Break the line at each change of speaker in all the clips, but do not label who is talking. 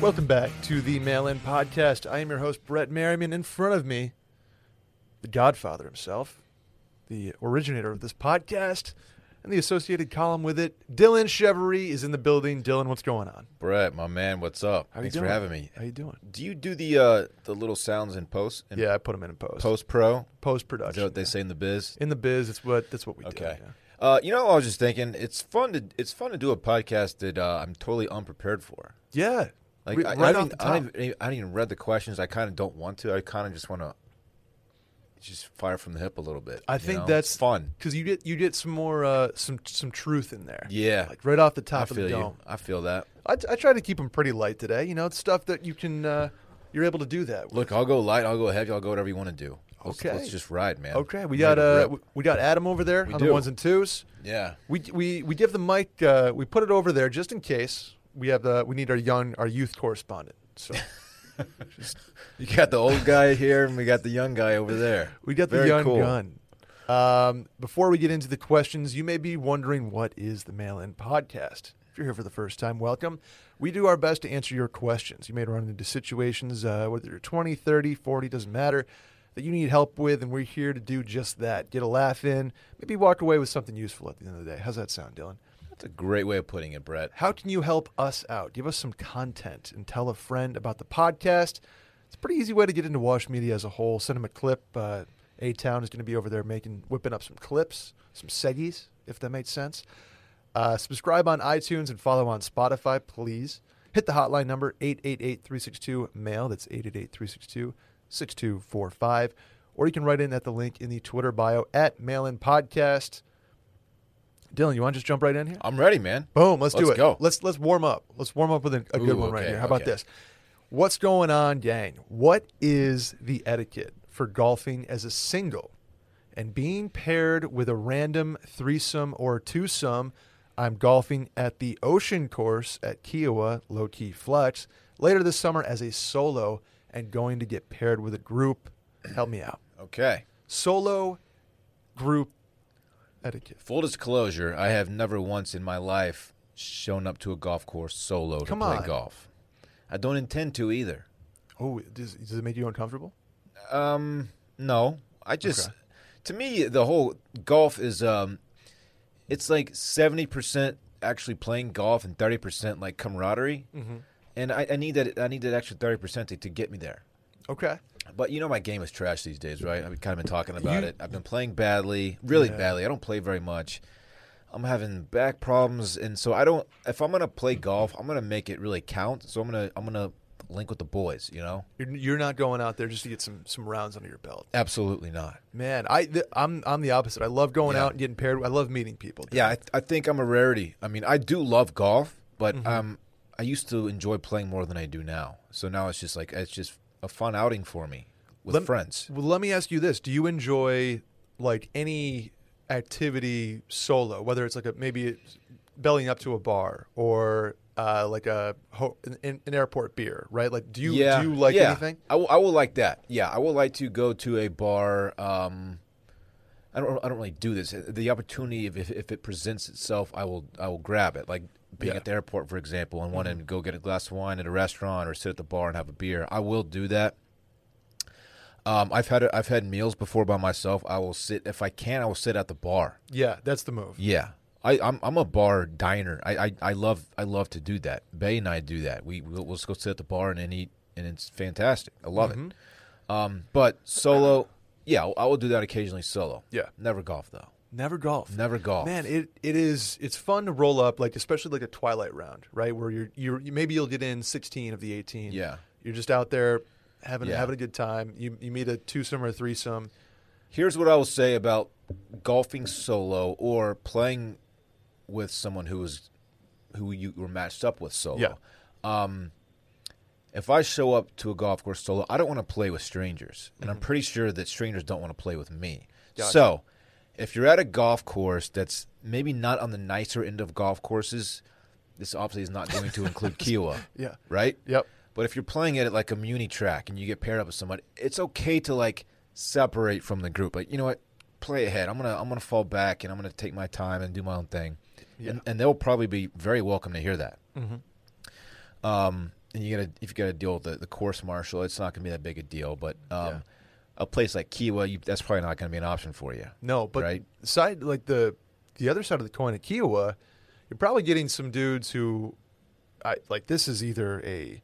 Welcome back to the Mail In Podcast. I am your host, Brett Merriman. In front of me, the godfather himself, the originator of this podcast, and the associated column with it, Dylan Chevry, is in the building. Dylan, what's going on?
Brett, my man, what's up?
How you
Thanks
doing?
for having me.
How you doing?
Do you do the uh, the little sounds in post? In
Yeah, I put him in post.
Post pro.
Post
Is that
production.
what they say in the biz?
In the biz, it's what that's what we do.
Okay.
yeah.
Uh, you know, I was just thinking, it's fun to it's fun to do a podcast that uh, I'm totally unprepared for.
Yeah.
Like
Re-
I, I
right off
don't even-
the
I,
top.
don't even, I don't even read the questions. I kind of don't want to. I kind of just want to just fire from the hip a little bit.
I
you
think
know? It's
that's
fun.
because you get you get some more uh, some some truth in there.
Yeah.
like right off the
I
top of
feel
the
you.
dome.
I feel that.
I, I try to keep them pretty light today. You know, it's stuff that you can uh, you're able to do that. With.
Look, I'll go light. I'll go heavy. I'll go whatever you want to do. Let's-
Okay.
Let's just ride, man.
Okay, we
Let
got
it
uh
rip.
we- we got Adam over there on the
do.
ones and twos.
yeah.
We we we give the mic. Uh, we put it over there just in case we have the we need our young our youth correspondent. So
You got the old guy here, and we got the young guy over there.
we got the
Very
young
cool.
gun. Um, before we get into the questions, you may be wondering what is the Mail In Podcast. If you're here for the first time, welcome. We do our best to answer your questions. You may run into situations, uh, whether you're 20, 30, 40, doesn't matter, that you need help with, and we're here to do just that. Get a laugh in, maybe walk away with something useful at the end of the day. How's that sound, Dylan?
That's a great way of putting it, Brett.
How can you help us out? Give us some content and tell a friend about the podcast. It's a pretty easy way to get into Wash Media as a whole. Send them a clip. Uh, a Town is going to be over there making, whipping up some clips, some seggies, if that makes sense. Uh, subscribe on iTunes and follow on Spotify, please. Hit the hotline number 888 362 MAIL. That's 888 362 6245. Or you can write in at the link in the Twitter bio at Mail In Podcast. Dylan, you want to just jump right in here?
I'm ready, man.
Boom. Let's, do
Let's
it.
go.
Let's let's warm up. Let's warm up with a, a good
Ooh,
one right
okay,
here. How about
okay.
this? What's going on, gang? What is the etiquette for golfing as a single and being paired with a random threesome or twosome? I'm golfing at the Ocean Course at Kiowa, low key flex, later this summer as a solo and going to get paired with a group. Help me out.
Okay.
Solo group etiquette.
Full disclosure: I have never once in my life shown up to a golf course solo
Come
to play
on.
golf. I don't intend to either.
Oh, does, does it make you uncomfortable?
Um, no. I just,
Okay.
to me, the whole golf is um, it's like seventy percent actually playing golf and thirty percent like camaraderie. Mm-hmm. And I, I need that. I need that extra thirty percent to, to get me there.
Okay.
But you know my game is trash these days, right? I've kind of been talking about
You-
it. I've been playing badly, really
Yeah.
badly. I don't play very much. I'm having back problems, and so I don't. If I'm gonna play golf, I'm gonna make it really count. So I'm gonna I'm gonna link with the boys. You know,
You're, you're not going out there just to get some some rounds under your belt,
absolutely not.
man. I th- I'm I'm the opposite. I love going
Yeah.
out and getting paired. I love meeting people.
Yeah, I, I think I'm a rarity. I mean, I do love golf, but
Mm-hmm.
um, I used to enjoy playing more than I do now. So now it's just like it's just a fun outing for me with
Lem-
friends.
Well, let me ask you this: Do you enjoy like any activity solo, whether it's like a maybe it's bellying up to a bar or uh, like a ho- an- an, an airport beer, right? Like, do you do you like
yeah.
anything?
I will- I will like that. Yeah, I would like to go to a bar. Um, I don't. I don't really do this. The opportunity, if, if, if it presents itself, I will. I will grab it. Like being
Yeah. Mm-hmm.
at the airport, for example, and wanting to go get a glass of wine at a restaurant or sit at the bar and have a beer. I will do that. Um, I've had I've had meals before by myself. I will sit if I can. I will sit at the bar.
Yeah, that's the move.
Yeah. I, I'm, I'm a bar diner. I, I, I love I love to do that. Bay and I do that. We we'll, we'll just go sit at the bar and then eat, and it's fantastic. I love it. Um, but solo, yeah, I will do that occasionally solo.
Yeah.
never golf though.
Never golf.
Never golf.
Man, it, it is it's fun to roll up like especially like a twilight round, right? Where you're you're you, maybe you'll get in 16 of the 18.
Yeah.
You're just out there having
Yeah.
having a good time. You you meet a twosome or a threesome.
Here's what I will say about golfing solo or playing with someone who is who you were matched up with solo.
Yeah.
Um, if I show up to a golf course solo, I don't want to play with strangers, and I'm pretty sure that strangers don't want to play with me.
Mm-hmm. Gotcha.
So, if you're at a golf course that's maybe not on the nicer end of golf courses, this obviously is not going to include Kiowa,
Yeah.
right?
Yep.
But if you're playing it at like a muni track and you get paired up with someone, it's okay to like separate from the group. Like, you know what? Play ahead. I'm gonna I'm gonna fall back and I'm gonna take my time and do my own thing.
Yeah. Mm-hmm.
And, and they'll probably be very welcome to hear that. Um, and you gotta if you gotta deal with the, the course marshal, it's not gonna be that big a deal. But um,
Yeah.
a place like Kiowa, you, that's probably not gonna be an option for you.
No, but
Right.
side like the the other side of the coin at Kiowa, you're probably getting some dudes who, I like this is either a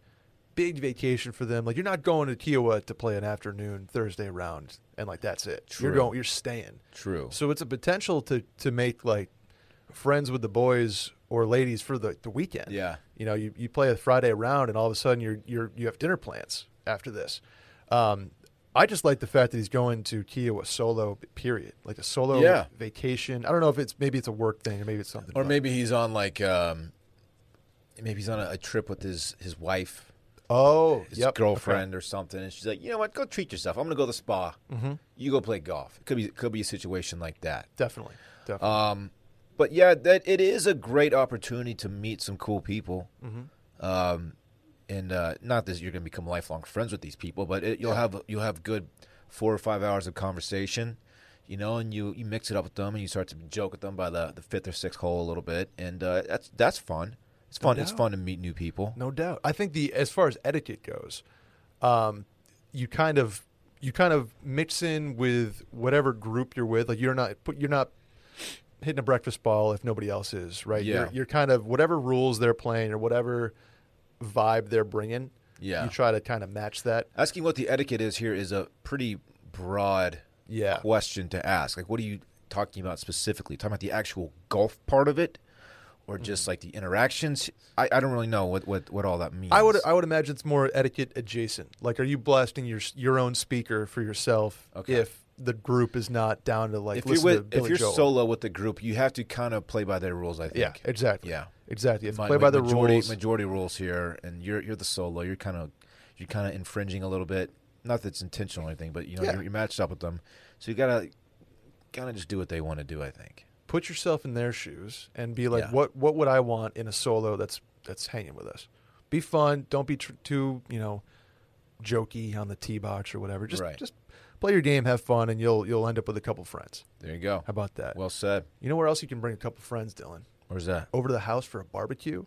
big vacation for them. Like you're not going to Kiowa to play an afternoon Thursday round, and like that's it. You're
True.
going, you're staying.
True.
So it's a potential to to make like friends with the boys or ladies for the, the weekend.
Yeah.
You know, you, you play a Friday round and all of a sudden you're you're you have dinner plans after this. Um, I just like the fact that he's going to Kiowa solo period. Like a solo
Yeah.
vacation. I don't know if it's maybe it's a work thing or maybe it's something.
Or
but-
maybe he's on like um, maybe he's on a, a trip with his his wife,
Oh
his
yep.
girlfriend, or something, and she's like, you know what, go treat yourself. I'm gonna go to the spa. Mm-hmm. You go play golf. It could be could be a situation like that.
Okay. Definitely. Definitely.
Um, but yeah, that it is a great opportunity to meet some cool people. Um, and uh, not that you're going to become lifelong friends with these people, but it, you'll have you'll have good four or five hours of conversation, you know, and you, you mix it up with them and you start to joke with them by the, the fifth or sixth hole a little bit, and uh, that's that's fun. It's fun. It's
doubt.
fun to meet new people.
No doubt. I think the as far as etiquette goes, um, you kind of you kind of mix in with whatever group you're with. Like you're not put- you're not hitting a breakfast ball if nobody else is, right?
Yeah.
You're, you're kind of whatever rules they're playing or whatever vibe they're bringing.
Yeah.
You try to kind of match that.
Asking what the etiquette is here is a pretty broad
Yeah.
question to ask. Like, what are you talking about specifically? Talking about the actual golf part of it, or
Mm-hmm.
just like the interactions? I, I don't really know what, what, what all that means.
I would I would imagine it's more etiquette adjacent. Like, are you blasting your your own speaker for yourself
Okay.
if the group is not down to like
if you're
listen to
with,
Billy
if you're
Joel?
solo with the group, you have to kind of play by their rules. I think.
yeah, exactly.
Yeah.
exactly. If
Ma-
play by the
majority,
rules,
Majority rules here, and you're you're the solo. You're kind of you're kind of infringing a little bit. Not that it's intentional or anything, but you know
Yeah.
you're, you're matched up with them, so you gotta kind of just do what they want to do. I think.
put yourself in their shoes and be like,
Yeah.
what what would I want in a solo that's that's hanging with us? Be fun. Don't be tr- too you know jokey on the tee box or whatever. Just
Right.
just play your game, have fun, and you'll you'll end up with a couple friends.
There you go.
How about that?
Well said.
you know where else you can bring a couple friends, Dylan?
Where's that?
Over to the house for a barbecue.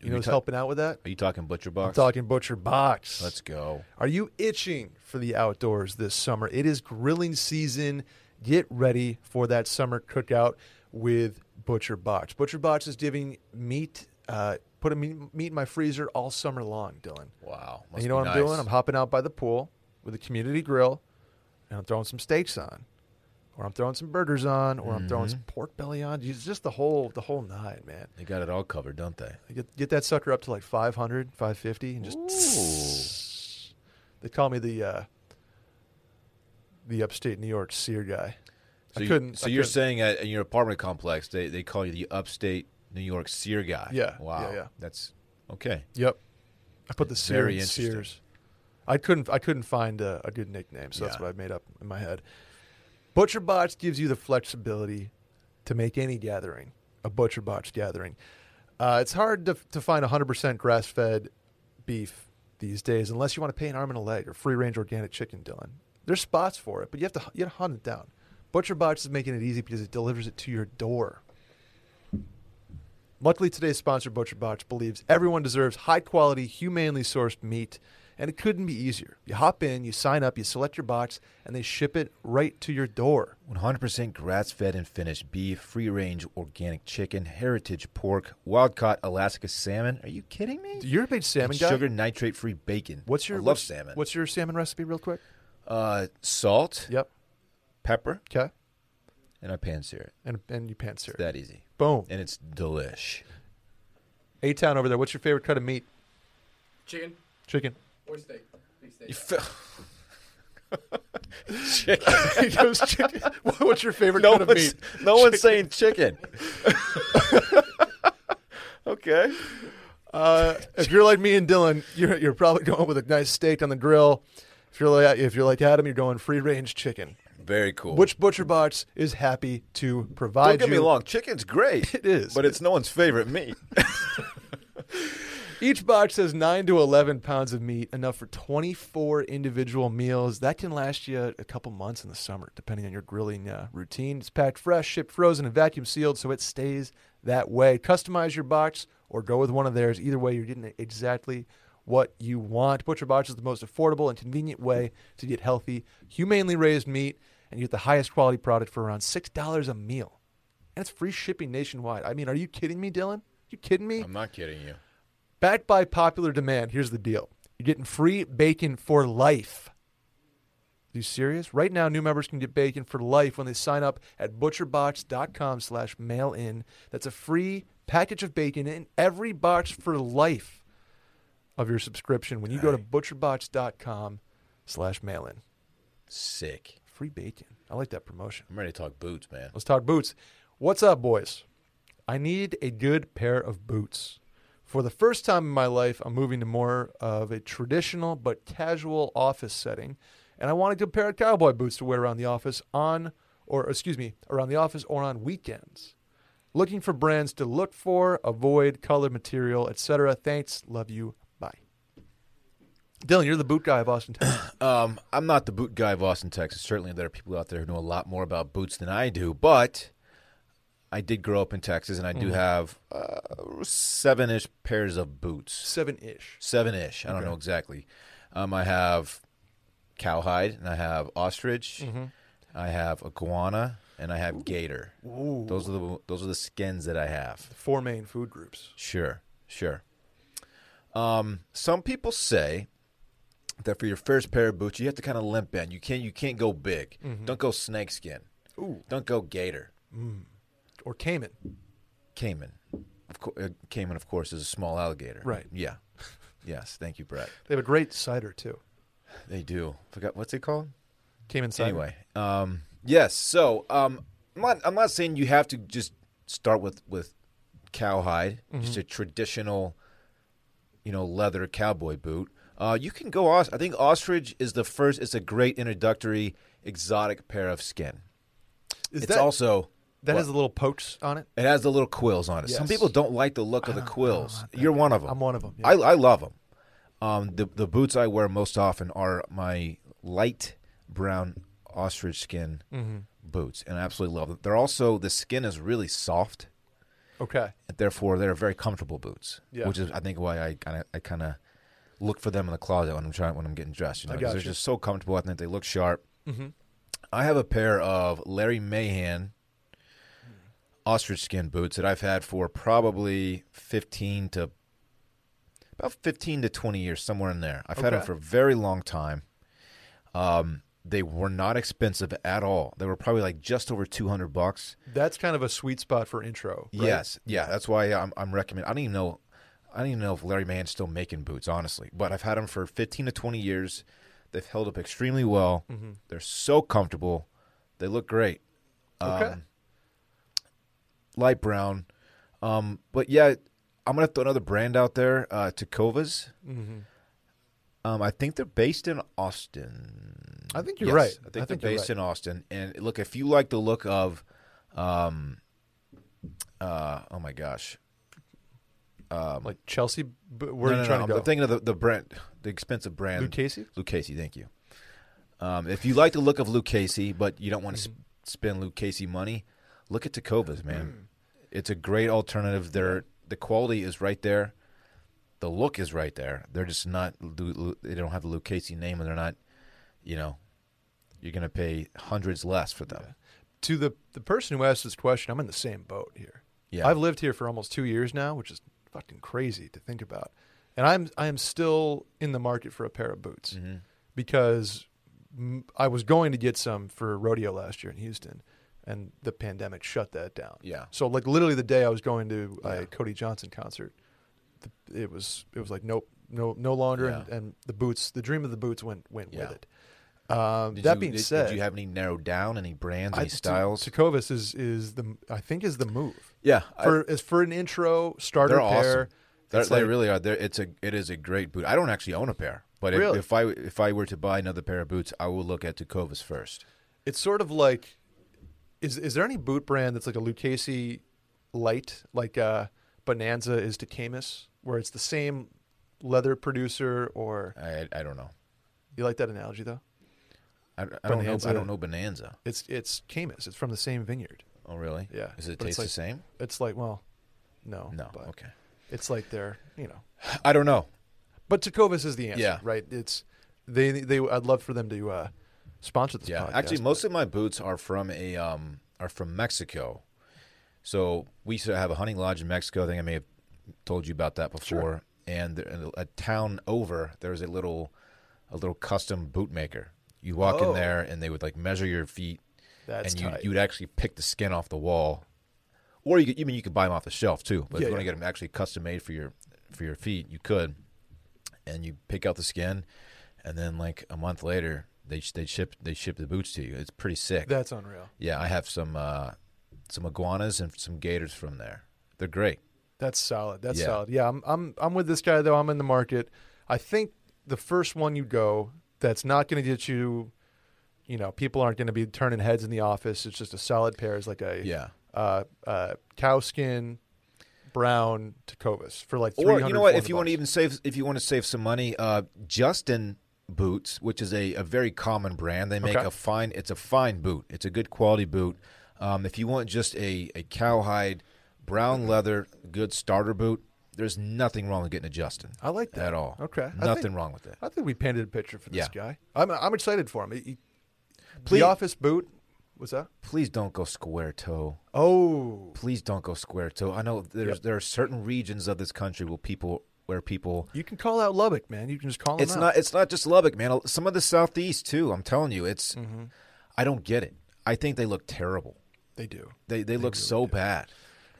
You
We
know who's
ta-
helping out with that?
Are you talking butcher box?
I'm talking Butcher Box.
Let's go.
Are you itching for the outdoors this summer? It is grilling season. Get ready for that summer cookout with Butcher Box. Butcher Box is giving meat, uh, put a meat, meat in my freezer all summer long, Dylan.
Wow.
And you know what I'm doing? I'm hopping out by the pool with a community grill, and I'm throwing some steaks on, or I'm throwing some burgers on, or I'm throwing some pork belly on. It's just the whole the whole nine, man.
They got it all covered, don't they?
Get, get that sucker up to like 500, 550, and just. They call me the uh, the upstate New York sear guy.
So
I
you-
couldn't.
So
I
you're
couldn't-
saying at, in your apartment complex, they, they call you the upstate New York sear guy.
Yeah,
Wow.
yeah, yeah.
That's okay.
Yep. I put the sear
Very
in
interesting.
Sears. I couldn't. I couldn't find a, a good nickname, so that's
Yeah.
what I made up in my head. Butcher Box gives you the flexibility to make any gathering a Butcher Box gathering. Uh, it's hard to, to find 100% grass fed beef these days unless you want to pay an arm and a leg or free range organic chicken, Dylan. There's spots for it, but you have to you have to hunt it down. Butcher Box is making it easy because it delivers it to your door. Luckily, today's sponsor, Butcher Box, believes everyone deserves high quality, humanely sourced meat, and it couldn't be easier. You hop in, you sign up, you select your box, and they ship it right to your door.
100% grass fed and finished beef, free range organic chicken, heritage pork, wild caught Alaska salmon. Are you kidding me?
You're a big salmon
And
guy.
Sugar nitrate free bacon.
What's your
I love
what's-
salmon?
What's your salmon recipe, real quick?
uh, salt,
Yep.
pepper,
Okay.
and I pan sear it.
And and you pan sear. it.
That easy,
Boom.
and it's delish.
A town over there. What's your favorite cut of meat?
Chicken
Chicken.
or steak? Big steak.
You chicken.
He goes, "Chicken." What's your favorite
no
cut of meat?
one's, no one's saying chicken. okay.
Uh, if you're like me and Dylan, you're you're probably going with a nice steak on the grill. If you're like if you're like Adam, you're going free range chicken.
Very cool.
Which Butcher Box is happy to provide
don't get me
you.
wrong, chicken's great.
It is.
But it's no one's favorite meat.
Each box has 9 to 11 pounds of meat, enough for 24 individual meals. That can last you a couple months in the summer, depending on your grilling uh, routine. It's packed fresh, shipped frozen, and vacuum sealed, so it stays that way. Customize your box or go with one of theirs. Either way, you're getting exactly what you want. Butcher Box is the most affordable and convenient way to get healthy, humanely raised meat, and you get the highest quality product for around $6 a meal. And it's free shipping nationwide. I mean, are you kidding me, Dylan? You kidding me?
I'm not kidding you.
Backed by popular demand, here's the deal. You're getting free bacon for life. Are you serious? Right now, new members can get bacon for life when they sign up at butcherbox.com slash mail in. That's a free package of bacon in every box for life of your subscription when you go to butcherbox.com slash mail in.
Sick.
Free bacon. I like that promotion.
I'm ready to talk boots, man.
Let's talk boots. What's up, boys? I need a good pair of boots. For the first time in my life, I'm moving to more of a traditional but casual office setting, and I want a good pair of cowboy boots to wear around the office on, or excuse me, around the office or on weekends. Looking for brands to look for, avoid, color, material, etc. Thanks, love you, bye. Dylan, you're the boot guy of Austin, Texas.
Um, I'm not the boot guy of Austin, Texas. Certainly, there are people out there who know a lot more about boots than I do, but I did grow up in Texas, and I do have uh, seven ish pairs of boots.
Seven ish.
Seven ish. I don't know exactly. Um, I have cowhide, and I have ostrich,
Mm-hmm.
I have iguana, and I have gator. Those are the those are the skins that I have.
Four main food groups.
Sure, sure. Um, some people say that for your first pair of boots, you have to kind of limp in. You can't you can't go big. Don't go snakeskin.
Mm-hmm. Ooh.
Don't go gator.
Or Cayman.
Cayman, of co- uh, Cayman, of course, is a small alligator.
Right.
Yeah. yes. Thank you, Brett.
They have a great cider, too.
They do. Forgot what's it called.
Cayman cider.
Anyway, um, yes. So um, I'm not. I'm not saying you have to just start with with cowhide,
Mm-hmm.
just a traditional, you know, leather cowboy boot. Uh, you can go. Os- I think ostrich is the first. It's a great introductory exotic pair of skin.
Is
it's
that,
also
that
what-
has the little poach on it?
it has the little quills on it. Some
Yes.
people don't like the look of the quills. You're one of them.
I'm one of 'em, yeah.
I, I love them. Um, the the boots I wear most often are my light brown ostrich skin boots, and I absolutely love them. They're also the skin is really soft,
Okay.
and therefore they're very comfortable boots.
Yeah.
which is I think why I kind of I kind of look for them in the closet when I'm trying when I'm getting dressed. You know,
I
'cause they're
gotcha. Mm-hmm.
just so comfortable. I think they look sharp. I have a pair of Larry Mahan ostrich skin boots that I've had for probably 15 to about 15 to 20 years, somewhere in there. I've had them
Okay.
for a very long time. Um, they were not expensive at all. They were probably like just over 200 bucks.
That's kind of a sweet spot for intro. right?
Yes, yeah, that's why I'm, I'm recommending. I don't even know, I don't even know if Larry Mann's still making boots, honestly. But I've had them for 15 to 20 years. They've held up extremely well.
Mm-hmm.
They're so comfortable. They look great. Um,
Okay.
light brown. Um, but yeah, I'm gonna throw another brand out there, uh, Takovas. Um, I think they're based in Austin.
I think you're
Yes,
right.
I think
I think
they're
you're
based
right.
in Austin. And look, if you like the look of, um, uh, oh my gosh,
like Chelsea, b- where
um, No,
are you
no,
trying
no,
to go?
I'm thinking of the, the brand, the expensive brand,
Luke Casey?
Luke Casey, thank you. Um, if you like the look of Luke Casey, but you don't want to sp- spend Luke Casey money, look at Takovas, man.
Mm.
It's a great alternative. They're, the quality is right there. The look is right there. They're just not. Lu- Lu- They don't have the Luke Casey name, and they're not. You know, you're gonna pay hundreds less for them.
to the the person who asked this question, I'm in the same boat here.
Yeah.
I've lived here for almost two years now, which is fucking crazy to think about. And I'm I am still in the market for a pair of
Mm-hmm.
boots because m- I was going to get some for rodeo last year in Houston, and the pandemic shut that down.
Yeah.
So like literally the day I was going to a Cody Johnson concert, th- it was it was like nope, no no longer. And,
Yeah.
and the boots, the dream of the boots went went with
Yeah.
it. Um,
Did
that
you-
being
did,
said,
did you have any narrowed down? Any brands?
I-
Any
to-
styles?
Takovis is is the I think is the move
yeah, I-
for is for an intro starter
They're
pair.
awesome. They're,
it's
they
like-
really are. They're, it's a it is a great boot. I don't actually own a pair, but if,
Really?
if I if I were to buy another pair of boots, I will look at Takovas first.
It's sort of like is is there any boot brand that's like a Lucchese light like uh, Bonanza is to Camus, where it's the same leather producer or
I I don't know.
you like that analogy though?
I, I don't know.
Bonanza.
I don't know Bonanza.
It's it's Camus. It's from the same vineyard.
Oh really?
Yeah,
Does it
but it's
taste the
like-
same?
It's like well, no,
No.
but
okay.
it's like they're you know,
I don't know.
but But Takovis is the answer,
Yeah.
right? It's they they. I'd love for them to uh, sponsor this.
Yeah,
podcast.
actually, most of my boots are from a um are from Mexico. So we used to have a hunting lodge in Mexico. I think I may have told you about that before. And there- in a, a town over, there was a little a little custom boot maker. You walk
Oh.
in there, and they would like measure your feet,
That's
and you
tight.
you would actually pick the skin off the wall, or you could, I mean you could buy them off the shelf too. But
Yeah,
if you want
yeah.
to get them actually custom made for your for your feet, you could and you pick out the skin, and then like a month later, they sh- they ship they ship the boots to you. It's pretty sick.
that's unreal.
yeah, I have some uh, some iguanas and some gators from there. They're great.
That's solid. That's
Yeah.
solid. Yeah, I'm I'm I'm with this guy though. I'm in the market. I think the first one you go that's not going to get you, you know, people aren't going to be turning heads in the office. It's just a solid pair. It's like a
Yeah.
uh, uh, cow skin, brown Takovis for like
Or
300
you know what?
400
If you want
bucks.
to even save, if you want to save some money, uh, Justin boots, which is a, a very common brand, they make
Okay.
a fine. It's a fine boot. It's a good quality boot. Um, if you want just a a cowhide, brown leather, good starter boot, there's nothing wrong with getting a Justin.
I like that.
at all.
Okay. I think-
nothing wrong with that.
I think we painted a picture for this
Yeah.
guy. I'm I'm excited for him. He- he-
Please-
The office boot. What's that?
Please don't go square toe.
Oh,
Please don't go square toe. I know there's
Yep.
there are certain regions of this country where people where people
you can call out Lubbock, man. You can just call him
it's
out.
not it's not just Lubbock, man. Some of the southeast too. I'm telling you, it's
Mm-hmm.
I don't get it. I think they look terrible.
They do.
They they, look so bad.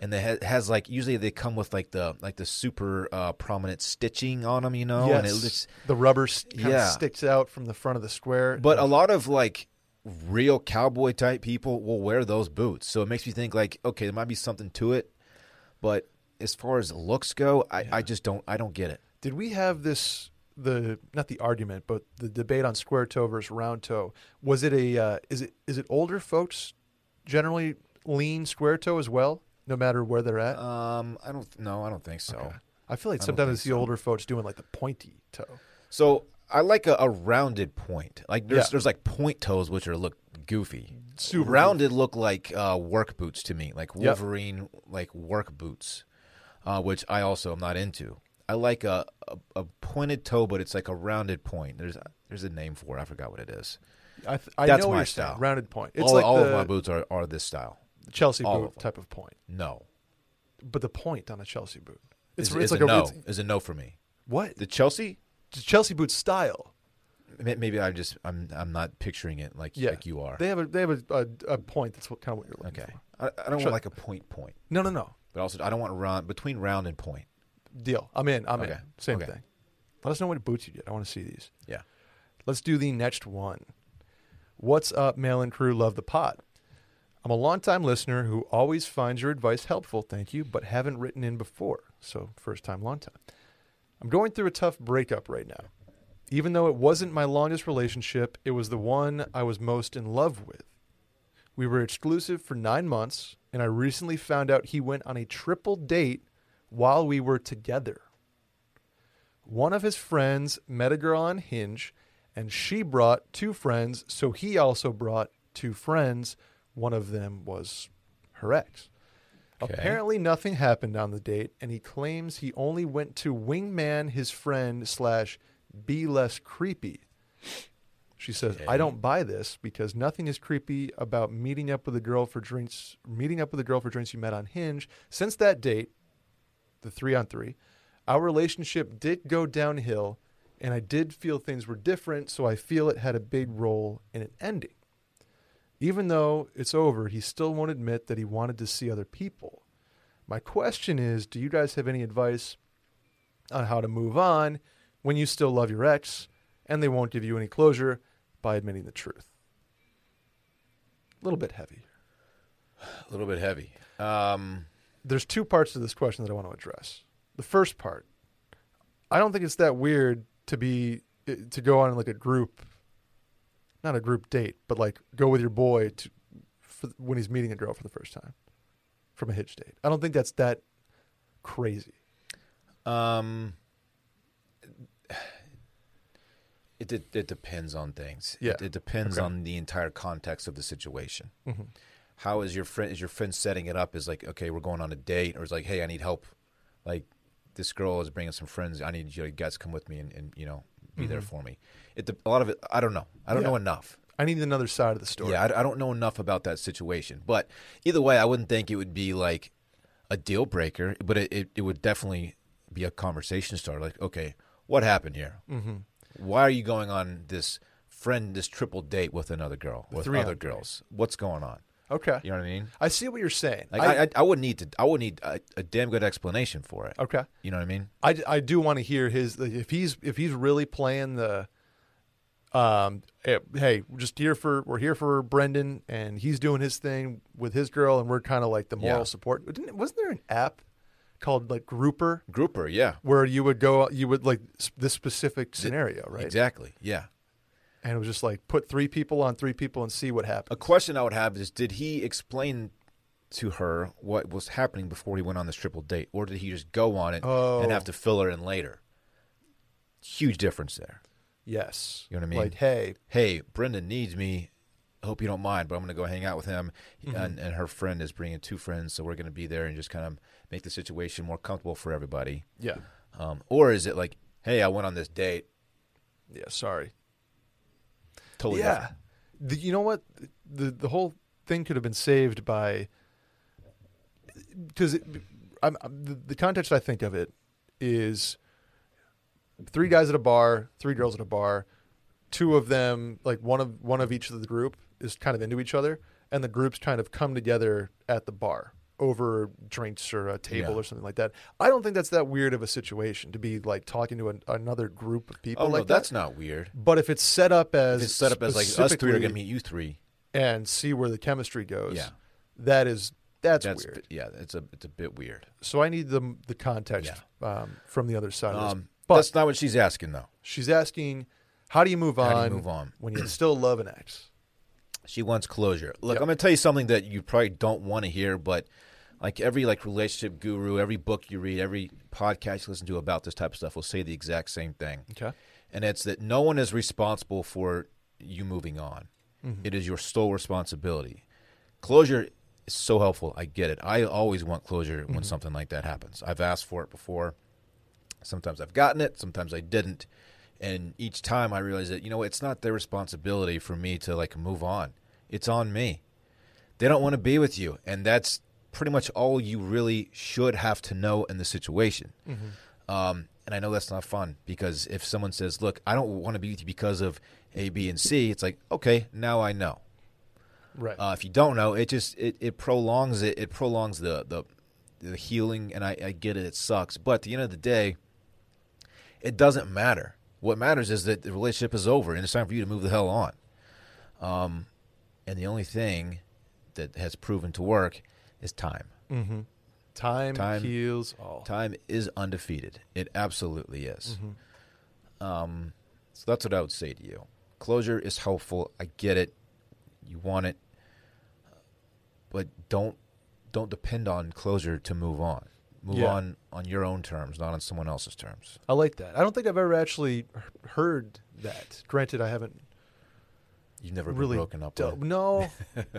And they ha- has like usually they come with like the like the super uh, prominent stitching on them, you know, Oh, and it
Yes.
looks
the rubber s- kind
Yeah.
of sticks out from the front of the square.
But uh, a lot of like real cowboy type people will wear those boots. So it makes me think like, okay, there might be something to it. But as far as looks go, I, I just don't I don't get it.
did we have this the not the argument, but the debate on square toe versus round toe? Was it a uh, is it is it older folks generally lean square toe as well, no matter where they're at?
Um I don't no, I don't think so.
I feel like
don't
sometimes
think
it's the older folks doing like the pointy toe.
So I like a, a rounded point. Like there's
Yeah.
there's like point toes which are look goofy.
Super
rounded look like uh, work boots to me, like
Yep.
Wolverine like work boots, uh, which I also am not into. I like a, a a pointed toe, but it's like a rounded point. There's there's a name for it. I forgot what it is.
I, th- I
That's
know what
my
you're saying,
style.
Rounded point. It's
all
like
all
the
of my boots are, are this style.
Chelsea
all
boot
of 'em.
type of point,
No,
but the point on a Chelsea boot. It's,
is,
it's
is
like
a,
a,
no.
it's-
Is a no for me.
what
The Chelsea.
the Chelsea boot style.
May- Maybe I'm just I'm I'm not picturing it like like you are.
They have a they have a, a, a point. That's what kind of what you're looking
okay,
for.
I, I don't
Sure.
want like a point point.
No, no, no.
But also, I don't want round between round and point.
Deal. I'm in. I'm in.
Okay.
Same
Okay.
thing. Let us know what boots you get. I want to see these.
Yeah.
Let's do the next one. What's up, mail and crew? Love the pod. I'm a longtime listener who always finds your advice helpful, thank you, but haven't written in before. So, first time, long time. I'm going through a tough breakup right now. Even though it wasn't my longest relationship, it was the one I was most in love with. We were exclusive for nine months, and I recently found out he went on a triple date while we were together. One of his friends met a girl on Hinge, and she brought two friends, so he also brought two friends. One of them was her ex.
Okay.
Apparently, nothing happened on the date, and he claims he only went to wingman his friend slash be less creepy. She says, "I don't buy this because nothing is creepy about meeting up with a girl for drinks. Meeting up with a girl for drinks you met on Hinge. Since that date, the three on three, our relationship did go downhill, and I did feel things were different. So I feel it had a big role in it ending. Even though it's over, he still won't admit that he wanted to see other people. My question is, do you guys have any advice on how to move on when you still love your ex and they won't give you any closure by admitting the truth. A little bit heavy.
A little bit heavy. Um,
There's two parts to this question that I want to address. The first part, I don't think it's that weird to be eh, to go on like a group, not a group date, but like go with your boy to for, when he's meeting a girl for the first time from a hitch date. I don't think that's that crazy.
um, it, it it depends on things.
Yeah.
It, it depends
Okay.
on the entire context of the situation.
Mhm.
How is your friend is your friend setting it up? Is like okay, we're going on a date, or it's like hey, I need help. Like this girl is bringing some friends. I need you guys to come with me and, and you know be there for me. It de- a lot of it. I don't know. I don't
Yeah.
know enough.
I need another side of the story.
Yeah, I, I don't know enough about that situation. But either way, I wouldn't think it would be like a deal breaker, but it, it, it would definitely be a conversation starter. Like, okay, what happened here? Mm-hmm. Why are you going on this friend, this triple date with another girl, with
three on
other
three.
girls? What's going on?
Okay.
You know what I mean?
I see what you're saying.
Like,
I,
I, I, I would need to, I would need a, a damn good explanation for it.
okay.
You know what I mean?
I, I do want to hear his like, if he's if he's really playing the um eh, hey we're just here for we're here for Brendan and he's doing his thing with his girl and we're kind of like the moral
Yeah.
support. Didn't, wasn't there an app called like Grouper
Grouper, yeah,
where you would go you would like s- this specific scenario right
exactly, yeah.
and it was just like put three people on three people and see what happens.
A question I would have is did he explain to her what was happening before he went on this triple date or did he just go on it and have to
Oh.
fill her in later? Huge difference there.
Yes,
You know what I mean?
Like hey
Hey, Brendan needs me. I hope you don't mind, but I'm going to go hang out with him
Mm-hmm.
and, and her friend is bringing two friends, so we're going to be there and just kind of make the situation more comfortable for everybody.
yeah
Um, or is it like, hey, I went on this date,
yeah sorry
totally
yeah. Oh,
different.
The, you know what? The the whole thing could have been saved by because I'm, I'm the, the context I think of it is three guys at a bar, three girls at a bar, two of them like one of one of each of the group is kind of into each other, and the groups kind of come together at the bar over drinks or a table
Yeah.
or something like that. I don't think that's that weird of a situation to be like talking to an, another group of people
Oh,
like
no, that's
that.
not weird.
But if it's set up as
It's set up as like us three are
specifically-
going to meet you three.
and see where the chemistry goes.
Yeah.
That is that's,
That's
weird.
yeah, it's a it's a bit weird.
So I need the the context um, from the other side. of this.
Um,
But
that's not what she's asking though.
she's asking, how do you move on?
do you move on?
when you still love an ex?
She wants closure. Look,
Yep.
I'm going to tell you something that you probably don't want to hear, but like every like relationship guru, every book you read, every podcast you listen to about this type of stuff will say the exact same thing.
Okay.
And it's that no one is responsible for you moving on. It is your sole responsibility. Closure is so helpful. I get it. I always want closure when something like that happens. I've asked for it before. Sometimes I've gotten it, sometimes I didn't. And each time I realize that, you know, it's not their responsibility for me to like move on. It's on me. They don't want to be with you. And that's pretty much all you really should have to know in the situation. Um, and I know that's not fun because if someone says, look, I don't want to be with you because of A, B, and C, it's like, okay, now I know.
Right.
Uh, if you don't know, it just it, it prolongs it. It prolongs the the, the healing, and I, I get it. It sucks, but at the end of the day, it doesn't matter. What matters is that the relationship is over, and it's time for you to move the hell on. Um, and the only thing that has proven to work is time.
Mm-hmm. time,
time-
heals all. Mm-hmm.
Time is undefeated. It absolutely is. Um, so that's what I would say to you. Closure is helpful. I get it. You want it, but don't don't depend on closure to move on. Move
Yeah.
on on your own terms, not on someone else's terms.
I like that. I don't think I've ever actually he- heard that. Granted, I haven't
You've never
really
been broken up
dealt-
with.
No.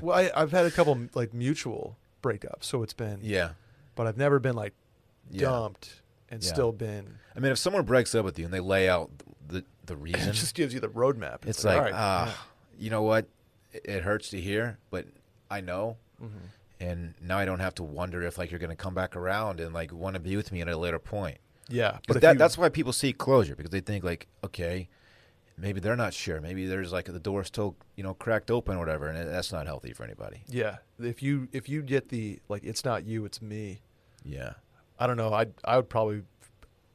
well, I, I've had a couple like mutual breakups, so it's been.
Yeah.
But I've never been like
Yeah.
dumped and
Yeah.
still been.
I mean, if someone breaks up with you and they lay out the the reason,
It just gives you the roadmap.
It's like,
all right,
ah,
yeah.
you know what? It, it hurts to hear, but I know.
Mm. Mm-hmm.
And now I don't have to wonder if like you're going to come back around and like want to be with me at a later point.
Yeah,
But
if
that,
you-
that's why people seek closure because they think like, okay, maybe they're not sure. Maybe there's like the door still you know cracked open or whatever, and that's not healthy for anybody.
yeah. If you if you get the like, it's not you, it's me.
Yeah,
I don't know. I I would probably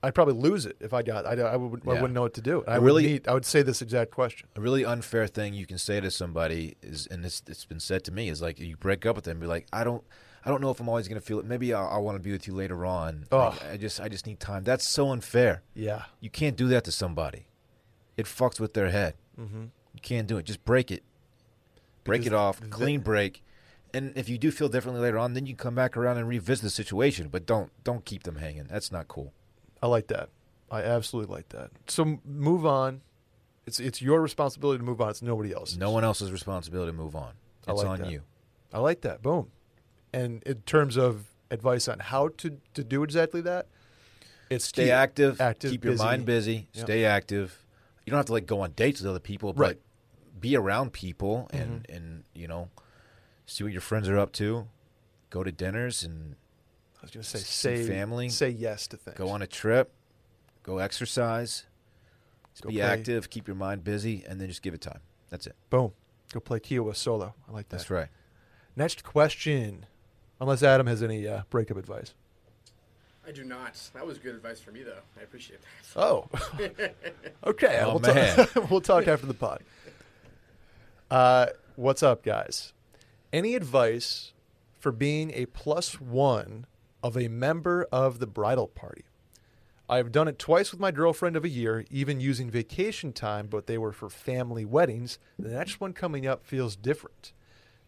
I'd probably lose it if I got I, I would I
Yeah.
wouldn't know what to do. I
It
would
really-
need- I would say this exact question.
a really unfair thing you can say to somebody is, and it's, it's been said to me, is like you break up with them, and be like, I don't, I don't know if I'm always gonna feel it. Maybe I, I want to be with you later on. Like,
Ugh.
I just, I just need time. That's so unfair.
Yeah,
You can't do that to somebody. It fucks with their head. Mm-hmm. You can't do it. Just break it. Break
Because
it off.
the-
Clean break. And if you do feel differently later on, then you come back around and revisit the situation. But don't, don't keep them hanging. That's not cool.
I like that. I absolutely like that. So m- move on. It's it's your responsibility to move on. It's nobody else's.
No one else's responsibility to move on.
I
It's
like
on
that.
you.
I like that. Boom. And in terms of advice on how to to do exactly that, It's
stay
key.
active,
Active,
keep your
busy.
mind busy,
Yep.
stay active. You don't have to like go on dates with other people,
Right. Mm-hmm.
but be around people and and you know, see what your friends are up to. Go to dinners and
I was going to say,
Some
say
family.
say yes to things.
go on a trip. Go exercise.
Go
be
play-
active, keep your mind busy, and then just give it time. That's it.
Boom. Go play Kiowa solo. I like that.
That's right.
Next question. Unless Adam has any uh, breakup advice.
I do not. That was good advice for me, though. I appreciate that.
Oh, okay.
Oh,
we'll, ta- we'll talk after the pod. Uh, what's up, guys? Any advice for being a plus one of a member of the bridal party? I've done it twice with my girlfriend of a year, even using vacation time, but they were for family weddings. The next one coming up feels different.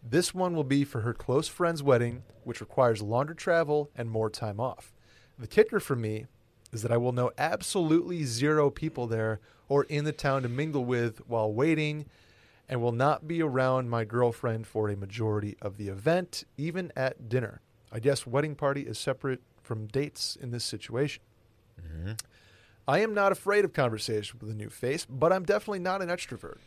This one will be for her close friend's wedding, which requires longer travel and more time off. The kicker for me is that I will know absolutely zero people there or in the town to mingle with while waiting and will not be around my girlfriend for a majority of the event, even at dinner. I guess wedding party is separate from dates in this situation. I am not afraid of conversation with a new face, but I'm definitely not an extrovert.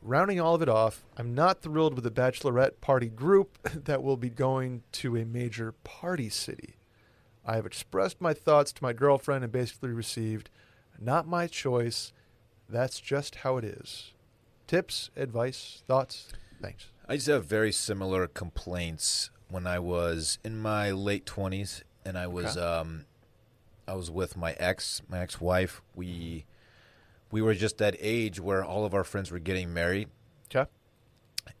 Rounding all of it off, I'm not thrilled with the bachelorette party group that will be going to a major party city. I have expressed my thoughts to my girlfriend and basically received, not my choice. That's just how it is. Tips, advice, thoughts. Thanks.
I used to have very similar complaints when I was in my late twenties, and I was um, I was with my ex, my ex-wife. We we were just that age where all of our friends were getting married,
Okay.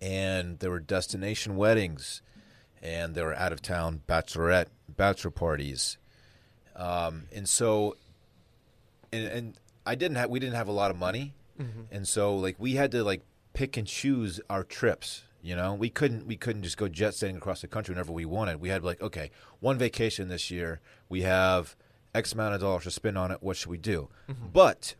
and there were destination weddings, and there were out of town bachelorette bachelor parties, um, and so, and, and I didn't have we didn't have a lot of money, and so like we had to like pick and choose our trips. You know, we couldn't we couldn't just go jet setting across the country whenever we wanted. We had like okay, one vacation this year. We have X amount of dollars to spend on it. What should we do? But